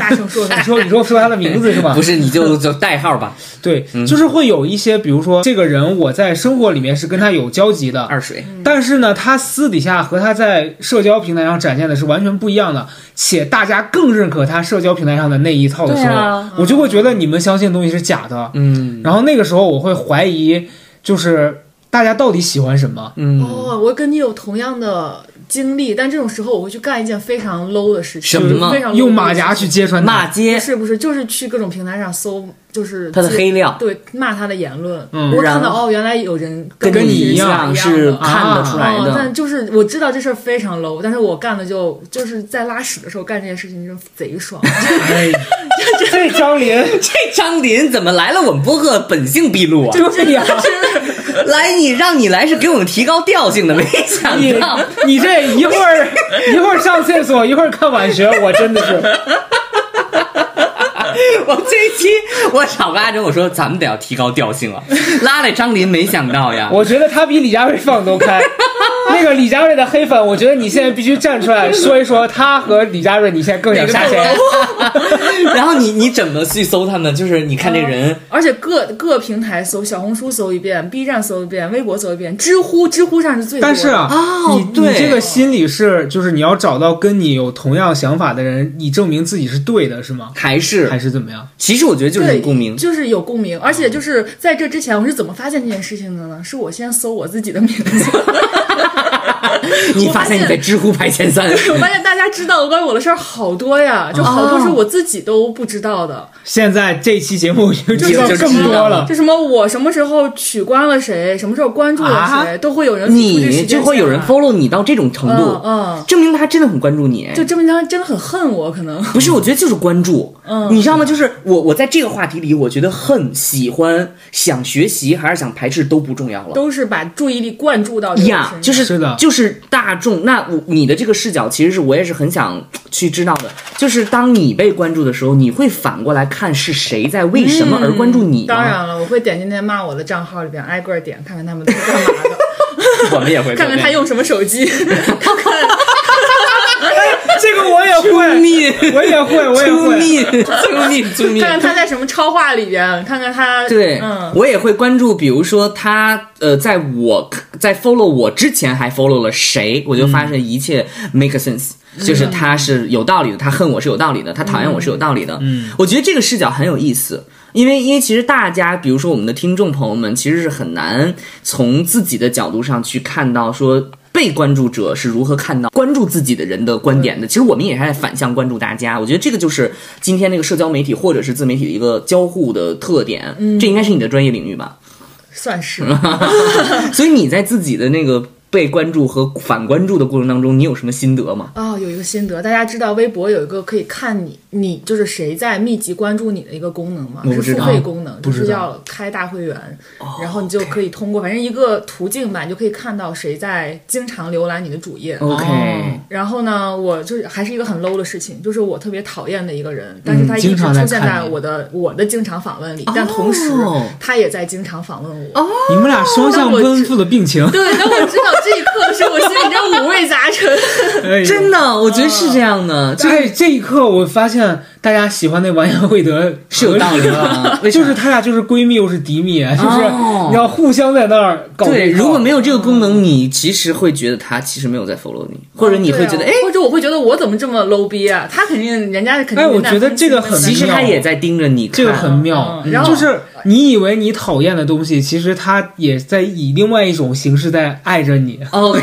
D: 大声说
B: 你
D: 出来。
B: 说你说说他的名字是吧？
C: 不是，你嗯就就代号吧。
B: 对，就是会有一些，比如说这个人，我在生活里面是跟他有交集的，
C: 二水，
B: 但是呢，他私底下和他在社交平台上展现的是完全不一样的，且大家更认可他社交平台上的那一套的时
C: 对
B: 候，
C: 啊
B: 我就会觉得你们相信的东西是假的。
C: 嗯
B: 然后那个时候我会怀疑，就是大家到底喜欢什么？
C: 嗯，
D: 哦，我跟你有同样的经历，但这种时候我会去干一件非常 low 的事情，
C: 什么
D: 就是非常 low 的
B: 用马甲去揭穿
C: 骂
B: 他，
D: 不
C: 街
D: 是不是，就是去各种平台上搜，就是
C: 他的
D: 自
C: 黑料，
D: 对骂他的言论，
B: 嗯
D: 我看
C: 然
D: 到
C: 后
D: 哦，原来有人
B: 跟你
D: 你
B: 一
D: 一
B: 样
C: 是
D: 的
C: 看得出来
D: 哦，
C: 的
D: 但。就是我知道这事儿非常 low，但是我干的就就是在拉屎的时候干这件事情，就贼爽。
B: 哎， 这张琳，
C: 这张琳怎么来了？我们播客本性毕露啊！
B: 对呀，
C: 来，你让你来是给我们提高调性的，没想
B: 你
C: 到。
B: 你这一会儿一会儿上厕所，一会儿看晚学，我真的是。
C: 我这一期我找个阿哲，我说咱们得要提高调性了。拉来张琳，没想到呀。
B: 我觉得他比李佳薇放得都开。那个李佳薇的黑粉，我觉得你现在必须站出来说一说，他和李佳薇，你现在更想杀 谁？
C: 然后你你怎么去搜他们？就是你看这人，
D: 而且各各平台搜，小红书搜一遍，B 站搜一遍，微博搜一遍，知乎知乎上是最多的。
B: 但是啊，
C: 哦
B: 你
C: 对
B: 你这个心理是，就是你要找到跟你有同样想法的人，以证明自己是对的，是吗？
C: 还
B: 还
C: 是
B: 是怎么样？
C: 其实我觉得就是
D: 对
C: 有共鸣。
D: 就是有共鸣。而且就是在这之前，我是怎么发现这件事情的呢？是我先搜我自己的名字，
C: 你发现你在知乎排前三，
D: 我发现大家知道的关于我的事儿好多呀，就好多是我自己都不知道的。
B: 现在这期节目就知道
C: 哦就
B: 更
C: 知
B: 多
C: 道
B: 了
C: 了。
D: 就什么我什么时候取关了谁，什么时候关注了谁，
B: 啊
D: 都会有人提出这
C: 你
D: 时间
C: 就会有人
D: 线来啊
C: follow 你到这种程度，
D: 嗯嗯
C: 证明他真的很关注你。
D: 就证明他真的很恨我，可能。
C: 不是，我觉得就是关注，
D: 嗯
C: 你知道吗？就是我，我在这个话题里，我觉得恨、喜欢、想学习还是想排斥都不重要了。
D: 都是把注意力灌注到这个身
C: 呀
D: 上，
C: 就是
B: 是的
C: 就是大众。那我你的这个视角，其实是我也是很想去知道的。就是当你被关注的时候，你会反过来看是谁在为什么而关注你、
D: 嗯当，然了，我会点进那些骂我的账号里边挨个儿点，看看他们都是干 嘛 的，
C: 我们也会
D: 看看他用什么手机，
B: 这个我也会，
C: 命，
B: 我也会，我也
C: 救
B: 会。
C: 命，救命，救命！
D: 看看他在什么超话里边，看看他
C: 对，
D: 嗯，
C: 我也会关注，比如说他呃，在我在 follow 我之前还 follow 了谁，我就发现一切 make sense，、就是他是有道理的，他恨我是有道理的，他讨厌我是有道理的。嗯，我觉得这个视角很有意思。因为，因为其实大家，比如说我们的听众朋友们，其实是很难从自己的角度上去看到说被关注者是如何看到关注自己的人的观点的。其实我们也是在反向关注大家，我觉得这个就是今天那个社交媒体或者是自媒体的一个交互的特点。这应该是你的专业领域吧？
D: 算是。
B: 嗯
C: 所以你在自己的那个被关注和反关注的过程当中，你有什么心得吗？
D: 哦，有一个心得，大家知道微博有一个可以看你你就是谁在密集关注你的一个功能吗？
C: 我不知
D: 是
C: 道
D: 付费功能，
B: 不
D: 就
B: 知道哦
D: 是要开大会员，然后你就可以通过反正一个途径吧，你就可以看到谁在经常浏览你的主
B: 哦
D: 页。
C: OK，、
D: 然后呢，我就是还是一个很 low 的事情，就是我特别讨厌的一个人，但是他一
B: 嗯经
D: 直
B: 常
D: 出
B: 在
D: 现
B: 看
D: 在
B: 你
D: 我的我的经常访问里，但同时
C: 哦
D: 他也在经常访问我。
B: 你们俩双向奔赴的病情，
D: 啊对，当我知道这一刻的时候，我心里真五味杂 陈。
B: 哎
C: 真的，我觉得是这样的，就是
B: 在这一刻，我发现大家喜欢那完颜慧德
C: 是有道理
B: 合理
C: 的。为 啥
B: 就是他俩就是闺蜜又是敌蜜，就是
C: 哦
B: 你要互相在那儿搞这
C: 对，
B: 一套
C: 如果没有这个功能，你其实会觉得他其实没有在 follow 你，或者你会觉得，
D: 对
C: 哎、
D: 啊或者我会觉得我怎么这么 low 逼啊？他肯定人家肯定
B: 哎我
D: 人
B: 觉得
D: 家分析
B: 这个
D: 的
B: 很
C: 其实他也在盯着你看。
B: 这个很妙
D: 嗯，嗯然后
B: 就是你以为你讨厌的东西，其实他也在以另外一种形式在爱着 你，
C: 哦，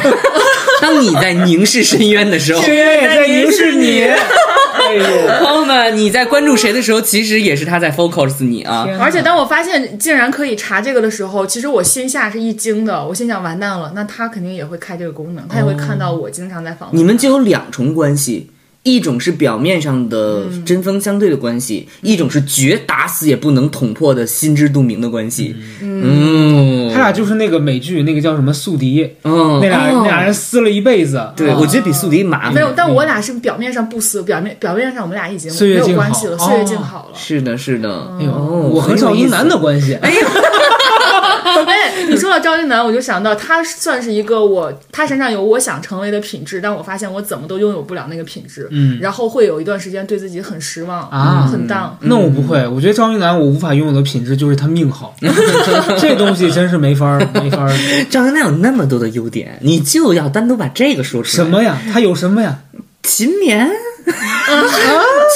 C: 当你在凝视深渊的时候，
B: 深渊也在凝视 你。哎呦，
C: 朋友们，你在关注谁的时候，其实也是他在 focus 你啊。
D: 而且当我发现竟然可以查这个的时候，其实我心下是一惊的，我心想完蛋了，那他肯定也会开这个功能，他也会看到我经常在访问。
C: 哦你们就有两重关系。一种是表面上的针锋相对的关系，一种是绝打死也不能捅破的心知肚明的关系。嗯，
B: 他俩就是那个美剧那个叫什么宿敌，
C: 嗯
B: 那俩
C: 哦
B: 那俩人撕了一辈子。啊
C: 对，我觉得比宿敌麻烦。
D: 没有，但我俩是表面上不撕，表面表面上我们俩已经
B: 岁
D: 没
B: 月
D: 有
B: 静
D: 关
B: 好
D: 系了，岁月静
B: 哦
D: 好了。
C: 是的，是的。
B: 哎呦，
C: 哦
B: 我和赵一楠的关系，哎，
D: 哎，你说到赵一楠，我就想到他算是一个我，他身上有我想成为的品质，但我发现我怎么都拥有不了那个品质，
B: 嗯
D: 然后会有一段时间对自己很失望
B: 啊
D: 很 down。
B: 那我不会，我觉得赵一楠我无法拥有的品质就是他命好，这这东西真是没法儿没法儿。
C: 赵云娜有那么多的优点，你就要单独把这个说出来。
B: 什么呀？他有什么呀？
C: 勤勉、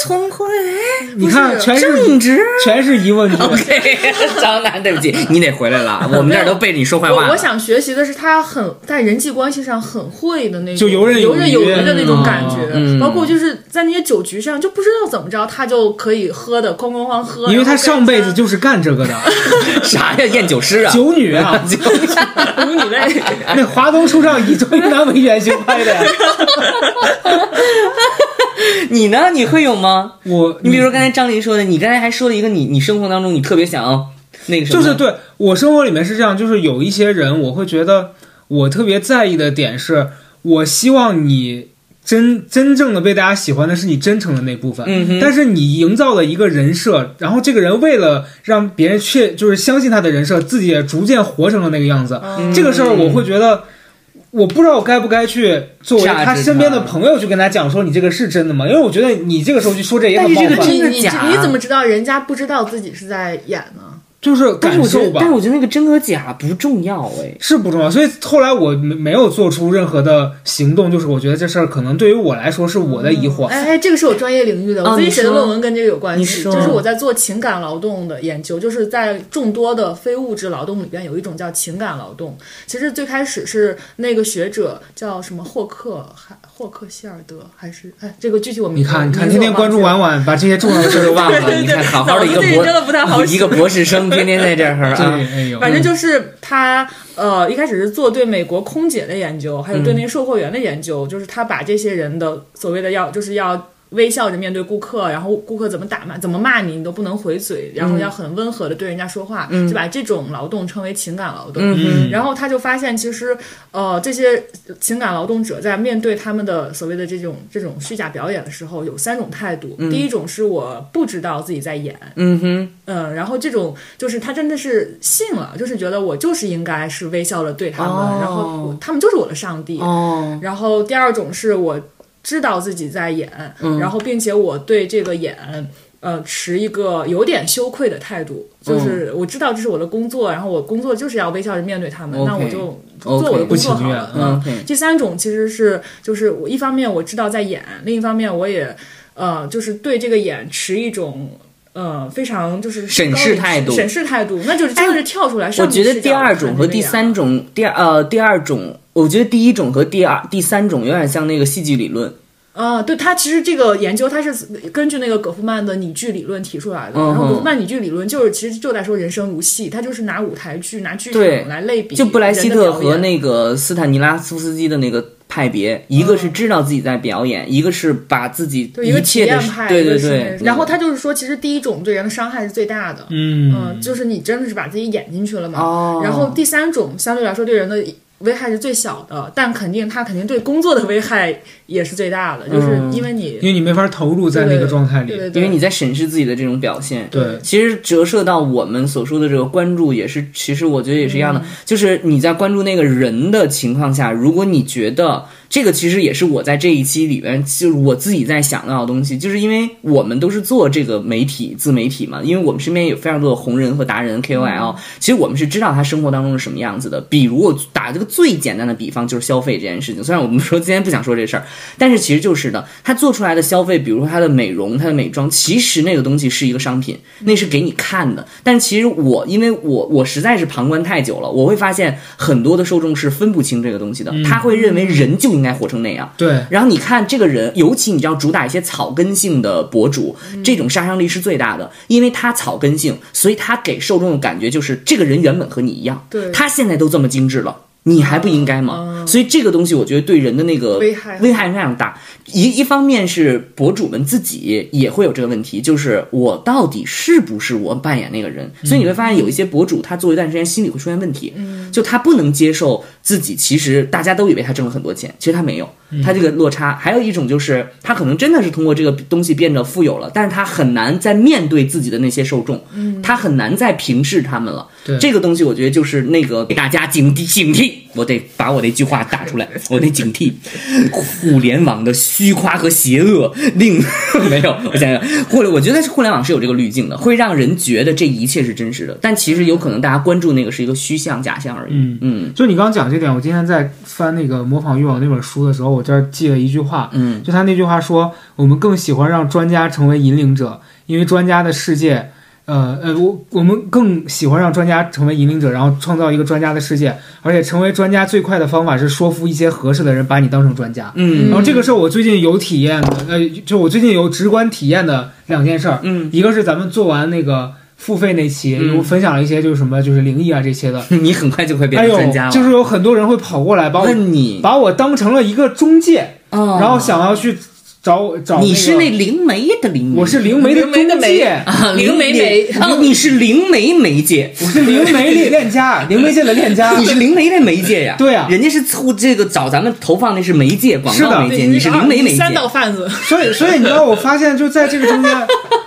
C: 聪慧、
B: 你看，全是
C: 正直。
B: 全是疑问句。
C: OK，张楠，对不起，你得回来 了，我们这儿都被你说坏话
D: 我
C: 了。
D: 我想学习的是他很在人际关系上很会的那种，
B: 就游刃有余
D: 游刃有余的那种感觉，
C: 嗯
D: 包括就是在那些酒局上就不知道怎么着，他就可以喝的哐哐哐喝，
B: 因为
D: 然后
B: 他
D: 跟
B: 上辈子
D: 人家
B: 就是干这个的，
C: 啥呀？验酒师啊？
B: 九女啊，
D: 母女类，
B: 那华灯初上以专男为原型拍的呀。
C: 你呢？你会有吗？
B: 我
C: 你比如说刚才张琳说的，你刚才还说了一个你，你生活当中你特别想要那个什
B: 就
C: 么，
B: 是对我生活里面是这样，就是有一些人，我会觉得我特别在意的点是，我希望你真真正的被大家喜欢的是你真诚的那部分。
C: 嗯哼
B: 但是你营造了一个人设，然后这个人为了让别人确就是相信他的人设，自己也逐渐活成了那个样子。
C: 哦
D: 嗯
B: 这个事儿我会觉得。我不知道我该不该去作为
C: 价值
B: 他
C: 他
B: 身边的朋友去跟他讲说你这个是真的吗？因为我觉得你这个时候去说这也很
C: 但
B: 冒
C: 是这个
B: 犯，
C: 真
D: 你
C: 的
D: 你
C: 假
D: 你怎么知道人家不知道自己是在演呢？
B: 就是
C: 但是
B: 感
C: 我觉
B: 受
C: 得，
B: 吧。
C: 但是我觉得那个真和假不重要哎。
B: 是不重要，所以后来我没没有做出任何的行动，就是我觉得这事儿可能对于我来说是我啊的疑惑。
D: 哎哎，这个是我专业领域的，
C: 哦
D: 我最近
C: 你
D: 写的
C: 说
D: 论文跟这个有关
C: 你
D: 系，
C: 说
D: 就是我在做情感劳动的研究，就是在众多的非物质劳动里边有一种叫情感劳动。其实最开始是那个学者叫什么霍克，还霍克希尔德还是哎，这个具体我没
B: 你看，你看，
D: 名字
B: 天天
D: 我忘
B: 关注
D: 记了
B: 婉婉，把这些重要的事儿
C: 这就
B: 都忘
C: 忘
B: 了。
C: 了，你看，好 好的一个
D: 脑子里真的不太好
C: 博，一个博士生，天天在这 儿啊
B: 对，，哎呦，
D: 反正就是他，呃，一开始是做对美国空姐的研究，还有对那售货员的研究，就是他把这些人的所谓的要，就是要微笑着面对顾客，然后顾客怎么打骂、怎么骂你，你都不能回嘴，然后要很温和的对人家说话，就把这种劳动称为情感劳动。
B: 嗯
D: 然后他就发现，其实，呃，这些情感劳动者在面对他们的所谓的这种这种虚假表演的时候，有三种态度。第一种是我不知道自己在演，
C: 嗯哼，
D: 嗯，然后这种就是他真的是信了，就是觉得我就是应该是微笑的对他们，
C: 哦
D: 然后我他们就是我的上帝。
C: 哦，
D: 然后第二种是我知道自己在演，
C: 嗯
D: 然后并且我对这个演。呃，持一个有点羞愧的态度，
C: 嗯
D: 就是我知道这是我的工作，然后我工作就是要微笑着面对他们
C: OK
D: 那我就
C: OK，
D: 做我的
B: 不
D: 工作
B: 情
D: 好
B: 愿
D: 了。
C: 嗯，OK
D: 第三种其实是就是我一方面我知道在演，另一方面我也呃就是对这个演持一种呃非常就是
C: 审
D: 高
C: 视
D: 的
C: 态度
D: 审视态度，那就是真的是跳出来上
C: 我
D: 帝
C: 觉得
D: 视角看这个演。
C: 第二种和第三种，第二呃第二种，我觉得第一种和第二第三种有点像那个戏剧理论，
D: 啊、对他其实这个研究，他是根据那个葛夫曼的拟剧理论提出来的。
C: 嗯
D: 然后葛夫
C: 嗯
D: 曼拟剧理论就是其实就在说人生如戏，他就是拿舞台剧、拿剧
C: 对
D: 场来类比，
C: 就布莱希特和。那个斯坦尼拉夫斯基的那个派别，一个是知道自己在表演，一个是把自己
D: 嗯对一个
C: 一
D: 体
C: 切
D: 验
C: 的
D: 派，
C: 对
D: 一
C: 对
D: 个是那
C: 对
D: 个，然后他就是说，其实第一种对人的伤害是最大的，
B: 嗯，
D: 就是你真的是把自己演进去了嘛。
C: 哦
D: 然后第三种相对来说对人的危害是最小的，但肯定他肯定对工作的危害也是最大的，就是
C: 嗯
D: 因为你、
B: 因为你没法投入在那个状态
D: 对对
B: 里。
D: 对，
C: 因为你在审视自己的这种表现，
B: 对，
C: 其实折射到我们所说的这个关注，也是其实我觉得也是一样的，就是你在关注那个人的情况下，如果你觉得这个其实也是我在这一期里边，就是我自己在想到的东西，就是因为我们都是做这个媒体自媒体嘛，因为我们身边有非常多的红人和达人 KOL，、其实我们是知道他生活当中是什么样子的。比如我打这个最简单的比方，就是消费这件事情，虽然我们说今天不想说这事儿，但是其实就是的，他做出来的消费，比如说他的美容、他的美妆，其实那个东西是一个商品，那是给你看的。但其实我，因为我我实在是旁观太久了，我会发现很多的受众是分不清这个东西的，他会认为人就应该活成那样。
B: 对，
C: 然后你看这个人，尤其你知道主打一些草根性的博主，这种杀伤力是最大的，因为他草根性，所以他给受众的感觉就是这个人原本和你一样，
D: 对
C: 他现在都这么精致了。你还不应该吗？所以这个东西，我觉得对人的那个
D: 危害
C: 危害非常大。一一方面是博主们自己也会有这个问题，就是我到底是不是我扮演那个人？
D: 嗯
C: 所以你会发现有一些博主，他做一段时间心理会出现问题，
D: 嗯
C: 就他不能接受自己，其实大家都以为他挣了很多钱，其实他没有，
D: 嗯
C: 他这个落差。还有一种就是他可能真的是通过这个东西变得富有了，但是他很难再面对自己的那些受众，
D: 嗯
C: 他很难再平视他们了。这个东西我觉得就是那个给大家警惕警惕。我得把我那句话打出来，我得警惕互联网的虚夸和邪恶， 令没有，我想想，互联我觉得是互联网是有这个滤镜的，会让人觉得这一切是真实的，但其实有可能大家关注那个是一个虚像、假象而已。
B: 嗯
C: 嗯
B: 就你刚刚讲这点，我今天在翻那个《模仿欲望》那本书的时候，我这儿记了一句话，
C: 嗯
B: 就他那句话说，我们更喜欢让专家成为引领者，因为专家的世界，呃呃，我我们更喜欢让专家成为引领者，然后创造一个专家的世界，而且成为专家最快的方法是说服一些合适的人把你当成专家。
C: 嗯
B: 然后这个是我最近有体验的，呃，就我最近有直观体验的两件事儿，
C: 嗯，
B: 一个是咱们做完那个付费那期，
C: 嗯
B: 我分享了一些就是什么就是灵异啊这些的，
C: 你很快就会变
B: 哎
C: 成
B: 呦
C: 专家，了。
B: 就是有很多人会跑过来把我
C: 问你，
B: 把我当成了一个中介，
C: 哦
B: 然后想要去找我找
C: 你
B: 个
C: 是那灵媒的灵媒，
B: 我是灵媒的中
D: 灵媒的媒
B: 介，
C: 啊
D: 灵媒
C: 媒
D: 媒，
C: 哦你是灵媒媒介，
B: 我是灵媒的链 家，灵媒界的链家
C: 你。是灵媒的媒介呀？
B: 啊对啊
C: 人家是促这个找咱们投放那是媒介广
B: 是的
C: 告媒介，
D: 对
C: 你是灵媒媒介。
D: 三道贩子，
B: 所以，所以你知道，我发现就在这个中间，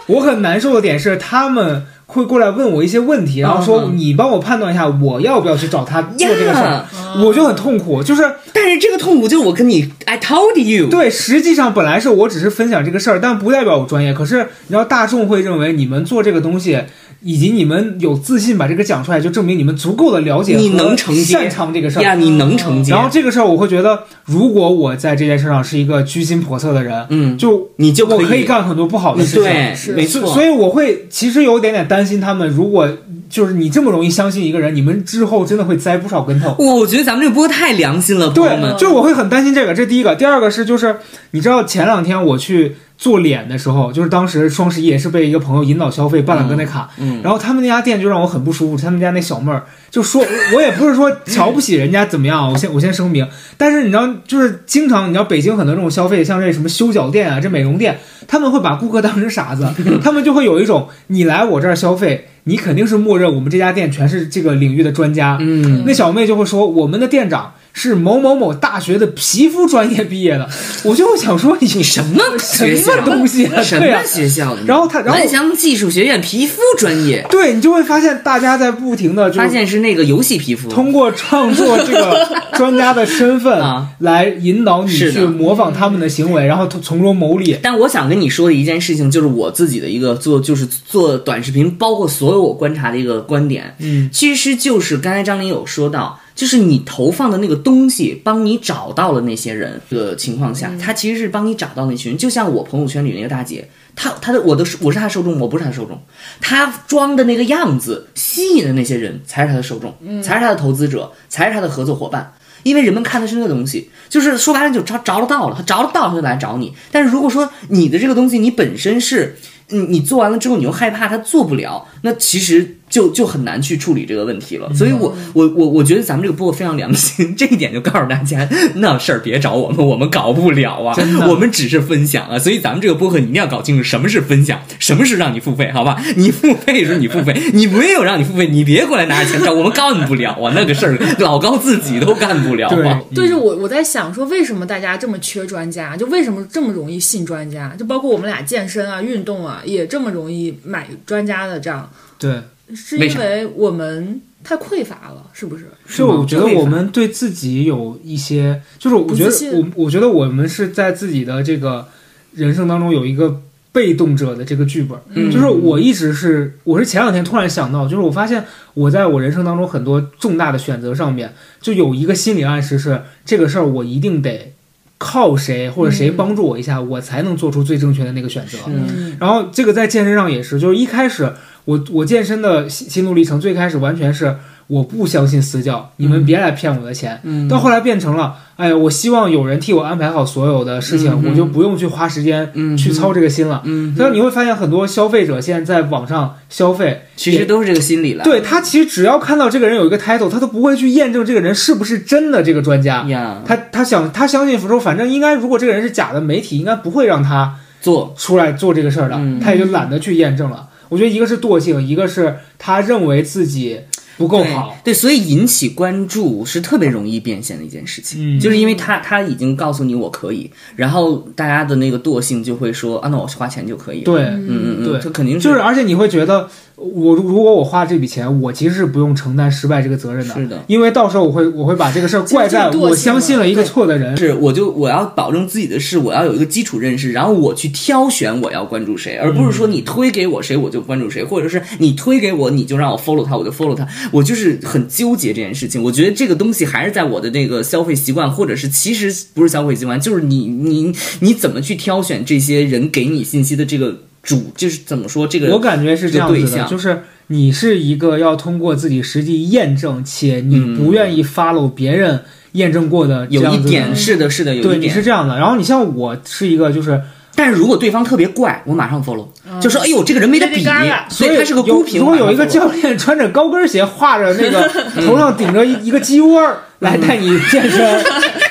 B: 我很难受的点是，他们会过来问我一些问题，然后说
C: 嗯嗯
B: 你帮我判断一下，我要不要去找他做这个事儿
C: 呀，
B: 我就很痛苦。就是
C: 但是这个痛苦就是我跟你 I told you，
B: 对，实际上本来是我只是分享这个事儿，但不代表我专业。可是你知道，大众会认为你们做这个东西，以及你们有自信把这个讲出来，就证明你们足够的了解，
C: 你能承接
B: 擅长这个事
C: 呀，
B: 儿。
C: 你能承接
B: 然，后这个事儿，我会觉得，如果我在这件事上是一个居心叵测的人，
C: 嗯，
B: 就
C: 你就
B: 我
C: 可
B: 可以干很多不好的事情。
C: 对，
D: 是
C: 没
B: 所
C: 错，
B: 所以我会其实有点点担心他们，如果就是你这么容易相信一个人，你们之后真的会栽不少跟头。
C: 哇，我觉得咱们这波太良心了，朋友们
B: 对，。就我会很担心这个，这第一个。第二个是就是你知道前两天我去做脸的时候，就是当时双十一也是被一个朋友引导消费办了跟那卡，
C: 嗯
B: 然后他们那家店就让我很不舒服，他们家那小妹儿就说， 我也不是说瞧不起人家怎么样啊，我先我先声明，但是你知道就是经常你知道北京很多这种消费，像这什么修脚店啊，这美容店，他们会把顾客当成傻 子，他们就会有一种你来我这儿消费，你肯定是默认我们这家店全是这个领域的专家，
C: 嗯，
B: 那小妹就会说，我们的店长是某某某大学的皮肤专业毕业的，我就想说你什
C: 什么
B: 什
C: 学校
B: 么？东西啊？
C: 什
B: 对啊
C: 么，学校的？
B: 然后他然后嗯
C: 南翔技术学院皮肤专业，
B: 对你就会发现大家在不停的就
C: 发
B: 是
C: 现是那个游戏皮肤。
B: 通过创作这个专家的身份
C: 啊
B: 来引导你
C: 是的
B: 去模仿他们的行为，然后从从中牟利。
C: 但我想跟你说的一件事情，就是我自己的一个做，就是做短视频，包括所有我观察的一个观点，
B: 嗯，
C: 其实就是刚才张琳有说到，就是你投放的那个东西，帮你找到了那些人的情况
B: 嗯
C: 下，他其实是帮你找到那群人。就像我朋友圈里那个大姐，她她的我的我是她受众，我不是她受众，她装的那个样子吸引的那些人才是她的受众，才是她的投资者，才是她的合作伙伴。因为人们看的是那个东西，就是说白了就着着了道了，他着了道他就来找你。但是如果说你的这个东西你本身是，你你做完了之后你又害怕他做不了，那其实就就很难去处理这个问题了。所以我
B: 嗯
C: 我我我觉得咱们这个播客非常良心，这一点就告诉大家，那事儿别找我们，我们搞不了啊，我们只是分享啊。所以咱们这个播客你一定要搞清楚什么是分享，什么是让你付费，好吧？你付费是你付费，你没有让你付费，你别过来拿着钱找我们干不了啊，那个事儿老高自己都干不了
B: 对
C: 啊。
D: 对，就我我在想说，为什么大家这么缺专家？就为什么这么容易信专家？就包括我们俩健身啊、运动啊，也这么容易买专家的账，
B: 对，
D: 是
C: 为啥
D: 因为我们太匮乏了，是不是？
B: 就我觉得
C: 这个
B: 我们对自己有一些，就是我觉
D: 不自信
B: 得我我觉得我们是在自己的这个人生当中有一个被动者的这个剧本，
C: 嗯
B: 就是我一直是我是前两天突然想到，就是我发现我在我人生当中很多重大的选择上面，就有一个心理暗示是这个事儿我一定得靠谁或者谁
D: 嗯
B: 帮助我一下，我才能做出最正确的那个选择。
D: 嗯，
B: 然后这个在健身上也是，就是一开始我我健身的心心路历程，最开始完全是我不相信私教，你们别来骗我的钱。
C: 嗯
B: 到后来变成了，哎呀，我希望有人替我安排好所有的事情，
C: 嗯哼
B: 我就不用去花时间
C: 嗯
B: 去操这个心了。
C: 嗯
B: 所以你会发现，很多消费者现在在网上消费，
C: 其实都是这个心理了。
B: 对他其实只要看到这个人有一个 title，他都不会去验证这个人是不是真的这个专家。
C: 呀，
B: 他他想他相信说，反正应该如果这个人是假的，媒体应该不会让他
C: 做
B: 出来做这个事儿的，
C: 嗯
B: 他也就懒得去验证了。我觉得一个是惰性，一个是他认为自己不够好。
C: 对，对所以引起关注是特别容易变现的一件事情，
B: 嗯
C: 就是因为他他已经告诉你我可以，然后大家的那个惰性就会说啊，那我花钱就可以了。
B: 对，
C: 嗯，嗯嗯，
B: 对
C: 这肯定
B: 就是而且你会觉得我如如果我花这笔钱，我其实是不用承担失败这个责任的，
C: 是的
B: 因为到时候我会我会把这个事儿怪在
D: 其实就是惰性
B: 我相信了一个错的人，
C: 是，我就我要保证自己的事，我要有一个基础认识，然后我去挑选我要关注谁，而不是
B: 嗯
C: 说你推给我谁我就关注谁，或者是你推给我你就让我 follow 他，我就 follow 他，我就是很纠结这件事情。我觉得这个东西还是在我的这个消费习惯，或者是其实不是消费习惯，就是你你你怎么去挑选这些人给你信息的这个主，就是怎么说这个
B: 我感觉是这样
C: 这
B: 子
C: 个对
B: 的，
C: 象
B: 就是你是一个要通过自己实际验证，且你不愿意 follow 别人验证过的这
C: 嗯有
B: 样
C: 一
B: 子的
C: 点是的，是的，有
B: 对，
C: 一
B: 你是
C: 点。
B: 这样的。然后你像我是一个就是，
C: 但是如果对方特别怪，我马上 follow，、就说哎呦这个人没得比，
D: 这旮旯
C: 所以他是个
B: 有
C: 孤品。
B: 如果有一个
C: 我马上 follow
B: 教练穿着高跟鞋，画着那 个头上顶着一一个鸡窝儿来带你健 身，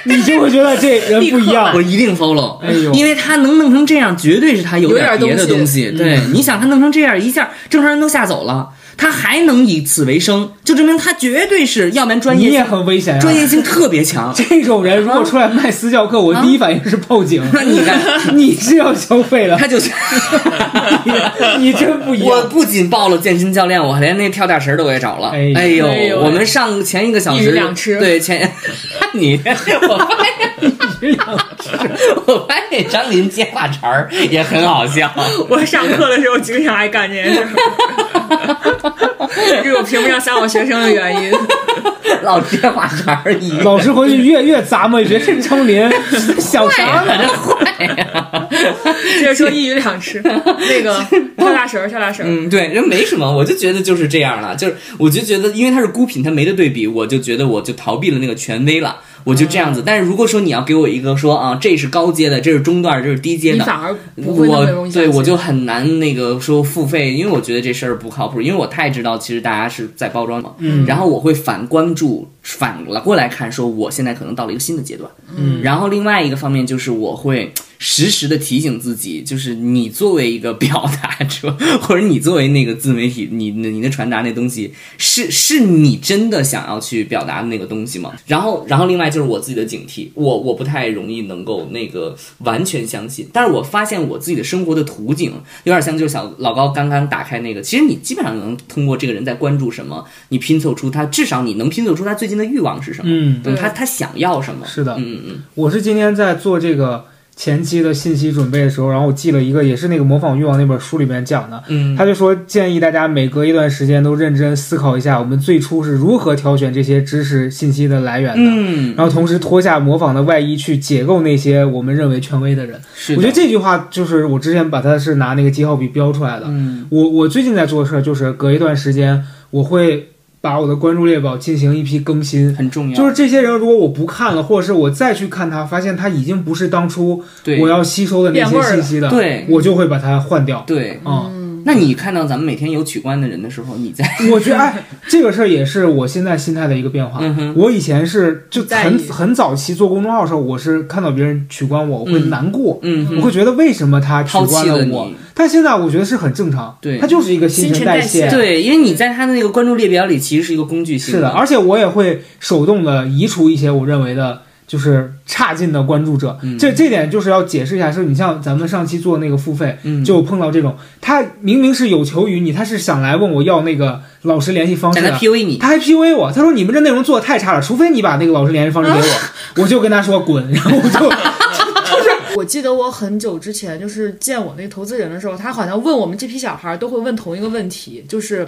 B: 你就会觉得这人不一样
C: 我。一定 follow，
B: 哎呦
C: 因为他能弄成这样，绝对是他有
D: 有点
C: 别的
D: 东
C: 东
B: 嗯
C: 西。对，你想他弄成这样，一下正常人都吓走了，他还能以此为生，就证明他绝对是，要不然专
B: 你也
C: 业
B: 很危险呀、。
C: 专业啊性特别强
B: 这种人如果出来卖私教课，我第一反应是报警。
C: 那你看，
B: 你是要消费 了，
C: 他就是。
B: 你真不一
C: 我
B: 样。
C: 不仅报了健身教练，我连那跳大神儿的我也找了。
B: 哎
C: 哎呦，
D: 哎呦
C: 我们上前一个小
D: 一鱼
C: 时，
D: 两吃
C: 对前 你，我发现我发现张琳接话茬儿也很好笑。
D: 我上课的时候经常爱干这件事 儿，这是我评不上撒我学生的原因。
C: 老接话茬而已。
B: 老师回去越越咂摸，别是张 林想啥呢？
C: 这坏呀、
D: 接着说一鱼两吃，那个跳大绳儿，跳大绳儿，
C: 嗯，对，人没什么，我就觉得就是这样了，就是我就觉得，因为他是孤品，他没得对比，我就觉得我就逃避了那个权威了，我就这样子。但是如果说你要给我一个说啊，这是高阶的，这是中段，这是低阶
D: 你
C: 的，
D: 反而不会那么容
C: 我
D: 易
C: 对
D: 相信
C: 我就很难那个说付费，因为我觉得这事儿不靠谱，因为我太知道其实大家是在包装嘛，嗯，然后我会反关注，反过来看，说我现在可能到了一个新的阶段，嗯，然后另外一个方面就是我会时时的提醒自己，就是你作为一个表达者，或者你作为那个自媒体，你你的传达那东西是是你真的想要去表达的那个东西吗？然后然后另外就是我自己的警惕，我我不太容易能够那个完全相信，但是我发现我自己的生活的途径有点像就是小老高刚刚打开那个，其实你基本上能通过这个人在关注什么，你拼凑出他至少你能拼凑出他最近的欲望是什么，
B: 嗯，
C: 对他他想要什么，
B: 是的。
C: 嗯嗯
B: 我是今天在做这个前期的信息准备的时候，然后我记了一个，也是那个《模仿欲望》那本书里面讲的，
C: 嗯，
B: 他就说建议大家每隔一段时间都认真思考一下，我们最初是如何挑选这些知识信息的来源的。
C: 嗯，
B: 然后同时脱下模仿的外衣，去解构那些我们认为权威的人。
C: 是的
B: 我觉得这句话就是我之前把它是拿那个记号笔标出来的。
C: 嗯，
B: 我我最近在做的事儿就是隔一段时间，我会把我的关注列表进行一批更新。
C: 很重要，
B: 就是这些人，如果我不看了，或者是我再去看他，发现他已经不是当初
C: 对
B: 我要吸收的那
D: 变味
B: 些
D: 儿了
B: 信息的，
C: 对
B: 我就会把它换掉。
C: 对。
B: 啊、
C: 那你看到咱们每天有取关的人的时候，你在
D: 嗯
B: 我觉得哎，这个事儿也是我现在心态的一个变化。
C: 嗯哼
B: 我以前是就
D: 在
B: 很
D: 意
B: 很早期做公众号的时候，我是看到别人取关我，我会
C: 嗯
B: 难过，
C: 嗯哼
B: 我会觉得为什么他取
C: 抛
B: 关
C: 弃了
B: 我
C: 你？，
B: 但现在我觉得是很正常，
C: 对
B: 它就是一个新
D: 新
B: 陈
D: 陈
B: 代
D: 代
B: 谢。
D: 谢
C: 对，因为你在他的那个关注列表里其实是一个工具性
B: 是的，
C: 的，
B: 而且我也会手动的移除一些我认为的。就是差劲的关注者，
C: 嗯
B: 这这点就是要解释一下。是你像咱们上期做那个付费，
C: 嗯
B: 就碰到这种，他明明是有求于你，他是想来问我要那个老师联系方式
C: 想
B: 的
C: 他，PUA 你，
B: 他还 PUA 我，他说你们这内容做的太差了，除非你把那个老师联系 方式给我，我就跟他说滚，然后我就
D: 我记得我很久之前就是见我那个投资人的时候，他好像问我们这批小孩儿都会问同一个问题，就是，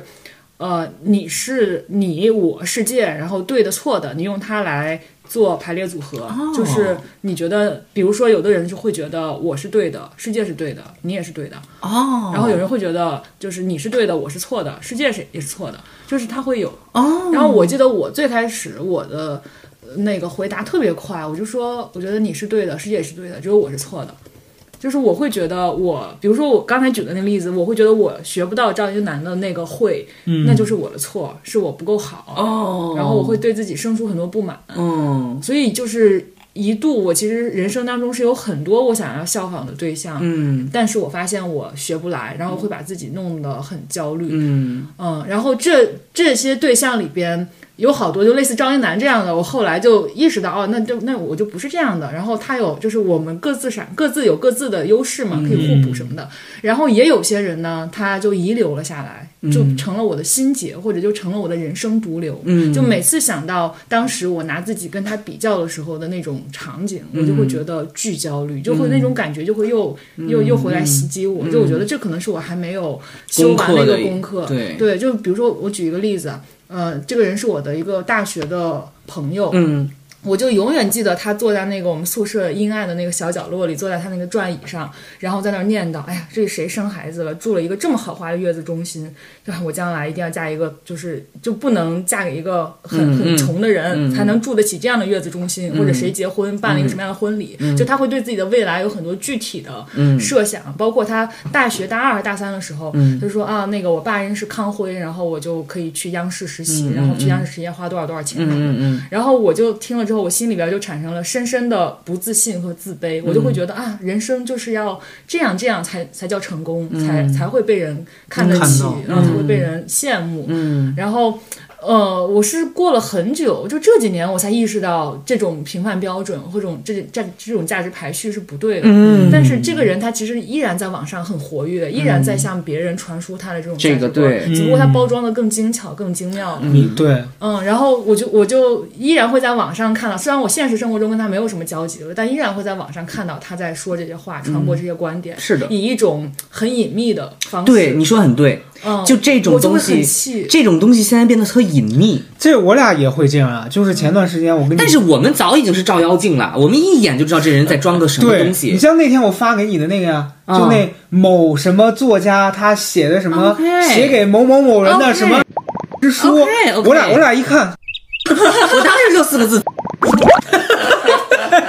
D: 呃，你是你，我世界，然后对的错的，你用它来做排列组合，就是你觉得，比如说有的人就会觉得我是对的，世界是对的，你也是对的，
C: 哦
D: 然后有人会觉得就是你是对的，我是错的，世界是也是错的，就是他会有哦。然后我记得我最开始我的呃那个回答特别快，我就说我觉得你是对的，世界也是对的，只有我是错的。就是我会觉得我，比如说我刚才举的那例子，我会觉得我学不到赵英男的那个会，那就是我的错，是我不够好。
C: 嗯哦
D: 然后我会对自己生出很多不满，
C: 嗯
D: 所以就是一度我其实人生当中是有很多我想要效仿的对象，
C: 嗯
D: 但是我发现我学不来，然后会把自己弄得很焦虑。
C: 嗯
D: 嗯，然后这这些对象里边，有好多就类似张一楠这样的，我后来就意识到，哦，那就那我就不是这样的。然后他有就是我们各自闪，各自有各自的优势嘛，可以互补什么的。然后也有些人呢，他就遗留了下来，就成了我的心结，或者就成了我的人生毒瘤。嗯，就每次想到当时我拿自己跟他比较的时候的那种场景，我就会觉得巨焦虑，就会那种感觉就会又、又又回来袭击我。就我觉得这可能是我还没有修完那个嗯功课。
C: 功课的对
D: 对，就比如说我举一个例子啊，呃，这个人是我的一个大学的朋友，
C: 嗯
D: 我就永远记得他坐在那个我们宿舍阴暗的那个小角落里，坐在他那个转椅上，然后在那儿念叨：“哎呀，这谁生孩子了？住了一个这么豪华的月子中心，对吧？我将来一定要嫁一个，就是就不能嫁给一个很、
C: 嗯
D: 很穷的人，才能住得起这样的月子中心，或者谁结婚办了一个什么样的婚礼，
C: 嗯
D: 就他会对自己的未来有很多具体的设想，包括他大学大二大三的时候，
C: 嗯
D: 就说啊，那个我爸认识康辉，然后我就可以去央视实习，然后去央视实习要花多少多少钱。
C: 嗯嗯
D: 然后我就听了之后，我心里边就产生了深深的不自信和自卑，我就会觉得啊，人生就是要这样这样才才叫成功，才才会被人看得
B: 能看
D: 起
B: 到，
D: 然后才会被人羡慕。嗯，然后。呃，我是过了很久，就这几年我才意识到这种评判标准或者这种这这这种价值排序是不对的。嗯，但是这个人他其实依然在网上很活跃，依然在向别人传输他的这种
C: 这
D: 价
C: 个
D: 值观
C: 对
D: 只不过他包装的更精巧、更精妙了。
B: 你对，
D: 嗯，然后我就我就依然会在网上看到，虽然我现实生活中跟他没有什么交集了，但依然会在网上看到他在说这些话，传播这些观点，
C: 嗯是的
D: 以一种很隐秘的方式。
C: 对，你说得很对，
D: 嗯，
C: 就这种
D: 我就
C: 东
D: 会
C: 西
D: 很气，
C: 这种东西现在变得特隐秘。
B: 这我俩也会这样啊。就是前段时间我跟你，
C: 嗯但是我们早已经是照妖镜了，我们一眼就知道这人在装个什么
B: 对
C: 东西
B: 你。像那天我发给你的那个呀，
C: 啊
B: 就那某什么作家他写的什么
C: 哦 OK 哦
B: 写给某某某人的
C: OK
B: 什么之书，
C: OK，OK
B: 我俩我俩一看，
C: 我当时就四个字。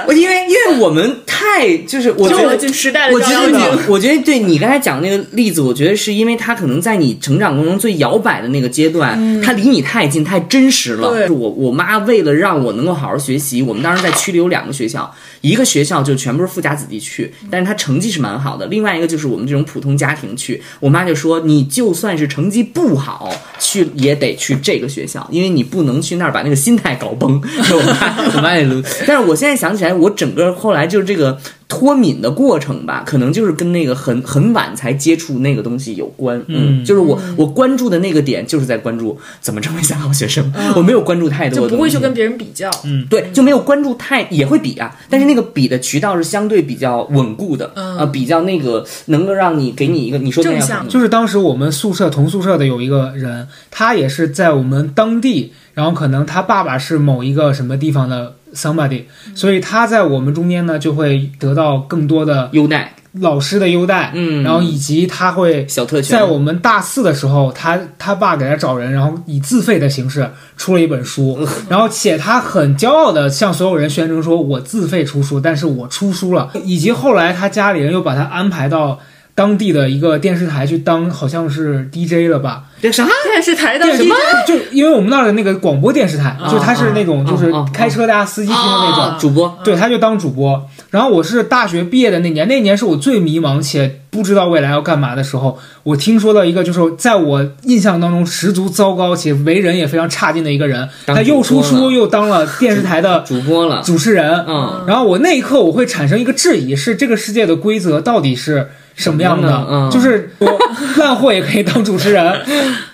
C: 我因为因为我们太就是我觉
D: 就
C: 得
D: 我进时代的
C: 我觉
D: 照妖
C: 得
D: 镜。
C: 你，我觉得对你刚才讲的那个例子，我觉得是因为他可能在你成长过程中最摇摆的那个阶段，他离你太近，太真实了。
D: 嗯对
C: 就是我我妈为了让我能够好好学习，我们当时在区里有两个学校，一个学校就全部是富家子弟去，但是他成绩是蛮好的；另外一个就是我们这种普通家庭去。我妈就说，你就算是成绩不好，去也得去这个学校，因为你不能去那儿把那个心态搞崩。 就我妈，我妈也撸。 但是我现在想起来，我整个后来就是这个。脱敏的过程吧，可能就是跟那个很很晚才接触那个东西有关。嗯，就是我我关注的那个点，就是在关注怎么成为一下好学生。 我没有关注太多
D: 嗯就
C: 的东西，
D: 不会去跟别人比较，
C: 对，就没有关注太也会比啊，但是那个比的渠道是相对比较稳固的，
D: 嗯
C: 呃，比较那个能够让你给你一个你说的那样
D: 正向
B: 就是当时我们宿舍同宿舍的有一个人，他也是在我们当地，然后可能他爸爸是某一个什么地方的 somebody，所
C: 嗯
B: 以他在我们中间呢就会得到更多的
C: 优待，
B: 老师的优待，
C: 嗯
B: 然后以及他会
C: 小特权，
B: 在我们大四的时候，他他爸给他找人，然后以自费的形式出了一本
C: 嗯
B: 书，然后且他很骄傲的向所有人宣称说：“我自费出书，但是我出书了。”以及后来他家里人又把他安排到当地的一个电视台去当，好像是 DJ 了吧？
C: 这啥？
D: 电视台的
B: 电
D: 什
B: 视
D: 么？
B: 就因为我们那儿的那个广播电视台，就他是那种就是
C: 啊啊啊
B: 开车大家司机听的那种
D: 啊，
C: 主播
B: 对，他就当主播。然后我是大学毕业的那年，那年是我最迷茫且不知道未来要干嘛的时候，我听说到一个就是在我印象当中十足糟糕且为人也非常差劲的一个人，
C: 当
B: 他
C: 主
B: 又出
C: 播
B: 书
C: 了
B: 又当了电视台的
C: 主播了，
B: 主持人。
C: 嗯，
B: 然后我那一刻我会产生一个质疑，是这个世界的规则到底是什么样
C: 什么
B: 的
C: 呢？嗯
B: 就是我烂货也可以当主持人，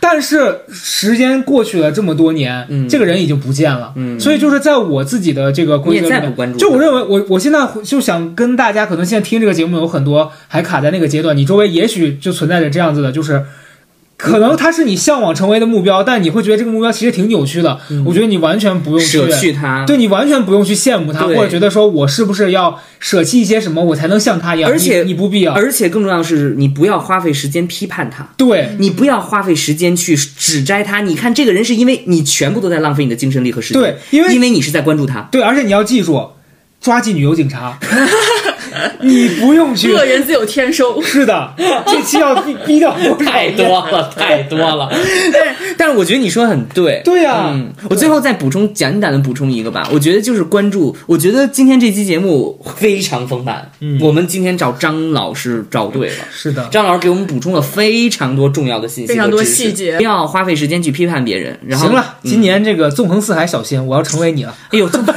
B: 但是时间过去了这么多年，这个人已经不见了。嗯
C: 嗯
B: 所以就是在我自己的这个规则里
C: 你也再
B: 面，
C: 不关注
B: 就我认为我我现在就想跟大家，可能现在听这个节目有很多还卡在那个阶段，你周围也许就存在着这样子的，就是。可能它是你向往成为的目标，但你会觉得这个目标其实挺扭曲的。我觉得你完全不用
C: 舍
B: 去
C: 去他，
B: 对你完全不用去羡慕他，或
C: 对
B: 者觉得说我是不是要舍弃一些什么，我才能像他一样？
C: 而且
B: 你你不必要，
C: 而且更重要的是，你不要花费时间批判他。
B: 对
C: 你不要花费时间去指摘他。你看这个人是因为你全部都在浪费你的精神力和时间，
B: 对因为
C: 因为你是在关注他。
B: 对，而且你要记住，抓妓女有警察，你不用去。
D: 恶人自有天收。
B: 是的，这期要逼逼到多少
C: 太
B: 人？
C: 多了，太多了。但是，但是我觉得你说的很对。
B: 对呀
C: 嗯，我最后再补充，简短的补充一个吧。我觉得就是关注，我觉得今天这期节目非常丰满。嗯，我们今天找张老师找对了。
B: 是的，
C: 张老师给我们补充了非常多重要的信息，
D: 非常多细节
C: 不要花费时间去批判别人。然后
B: 行了，
C: 嗯
B: 今年这个纵横四海，小心，我要成为你了。
C: 哎呦，这么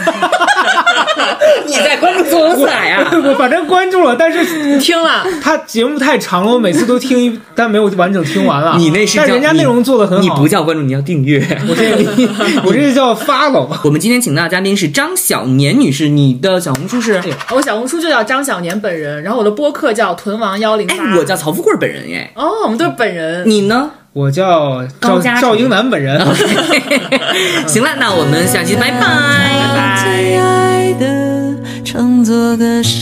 C: 你在关注纵横四海啊？
B: 我反正关注了，但是
D: 听了，
B: 他节目太长了，我每次都听一，但没有完整听完了。啊
C: 你那是
B: 但
C: 叫
B: 人家内容做的很
C: 你
B: 好。
C: 不叫关注，你要订阅。
B: 我 这我这叫 follow。
C: 我们今天请到的嘉宾是张小年女士，你的小红书是？
B: 呦
D: 我小红书就叫张小年本人，然后我的播客叫屯王幺零八。
C: 哎，我叫曹富贵本人哎，
D: 哦，我们都是本人。
C: 你 呢？
B: 我叫赵
C: 高嘉诚
B: 赵英男本人。
C: 行了，那我们下期拜拜
A: 最爱的，乘坐的是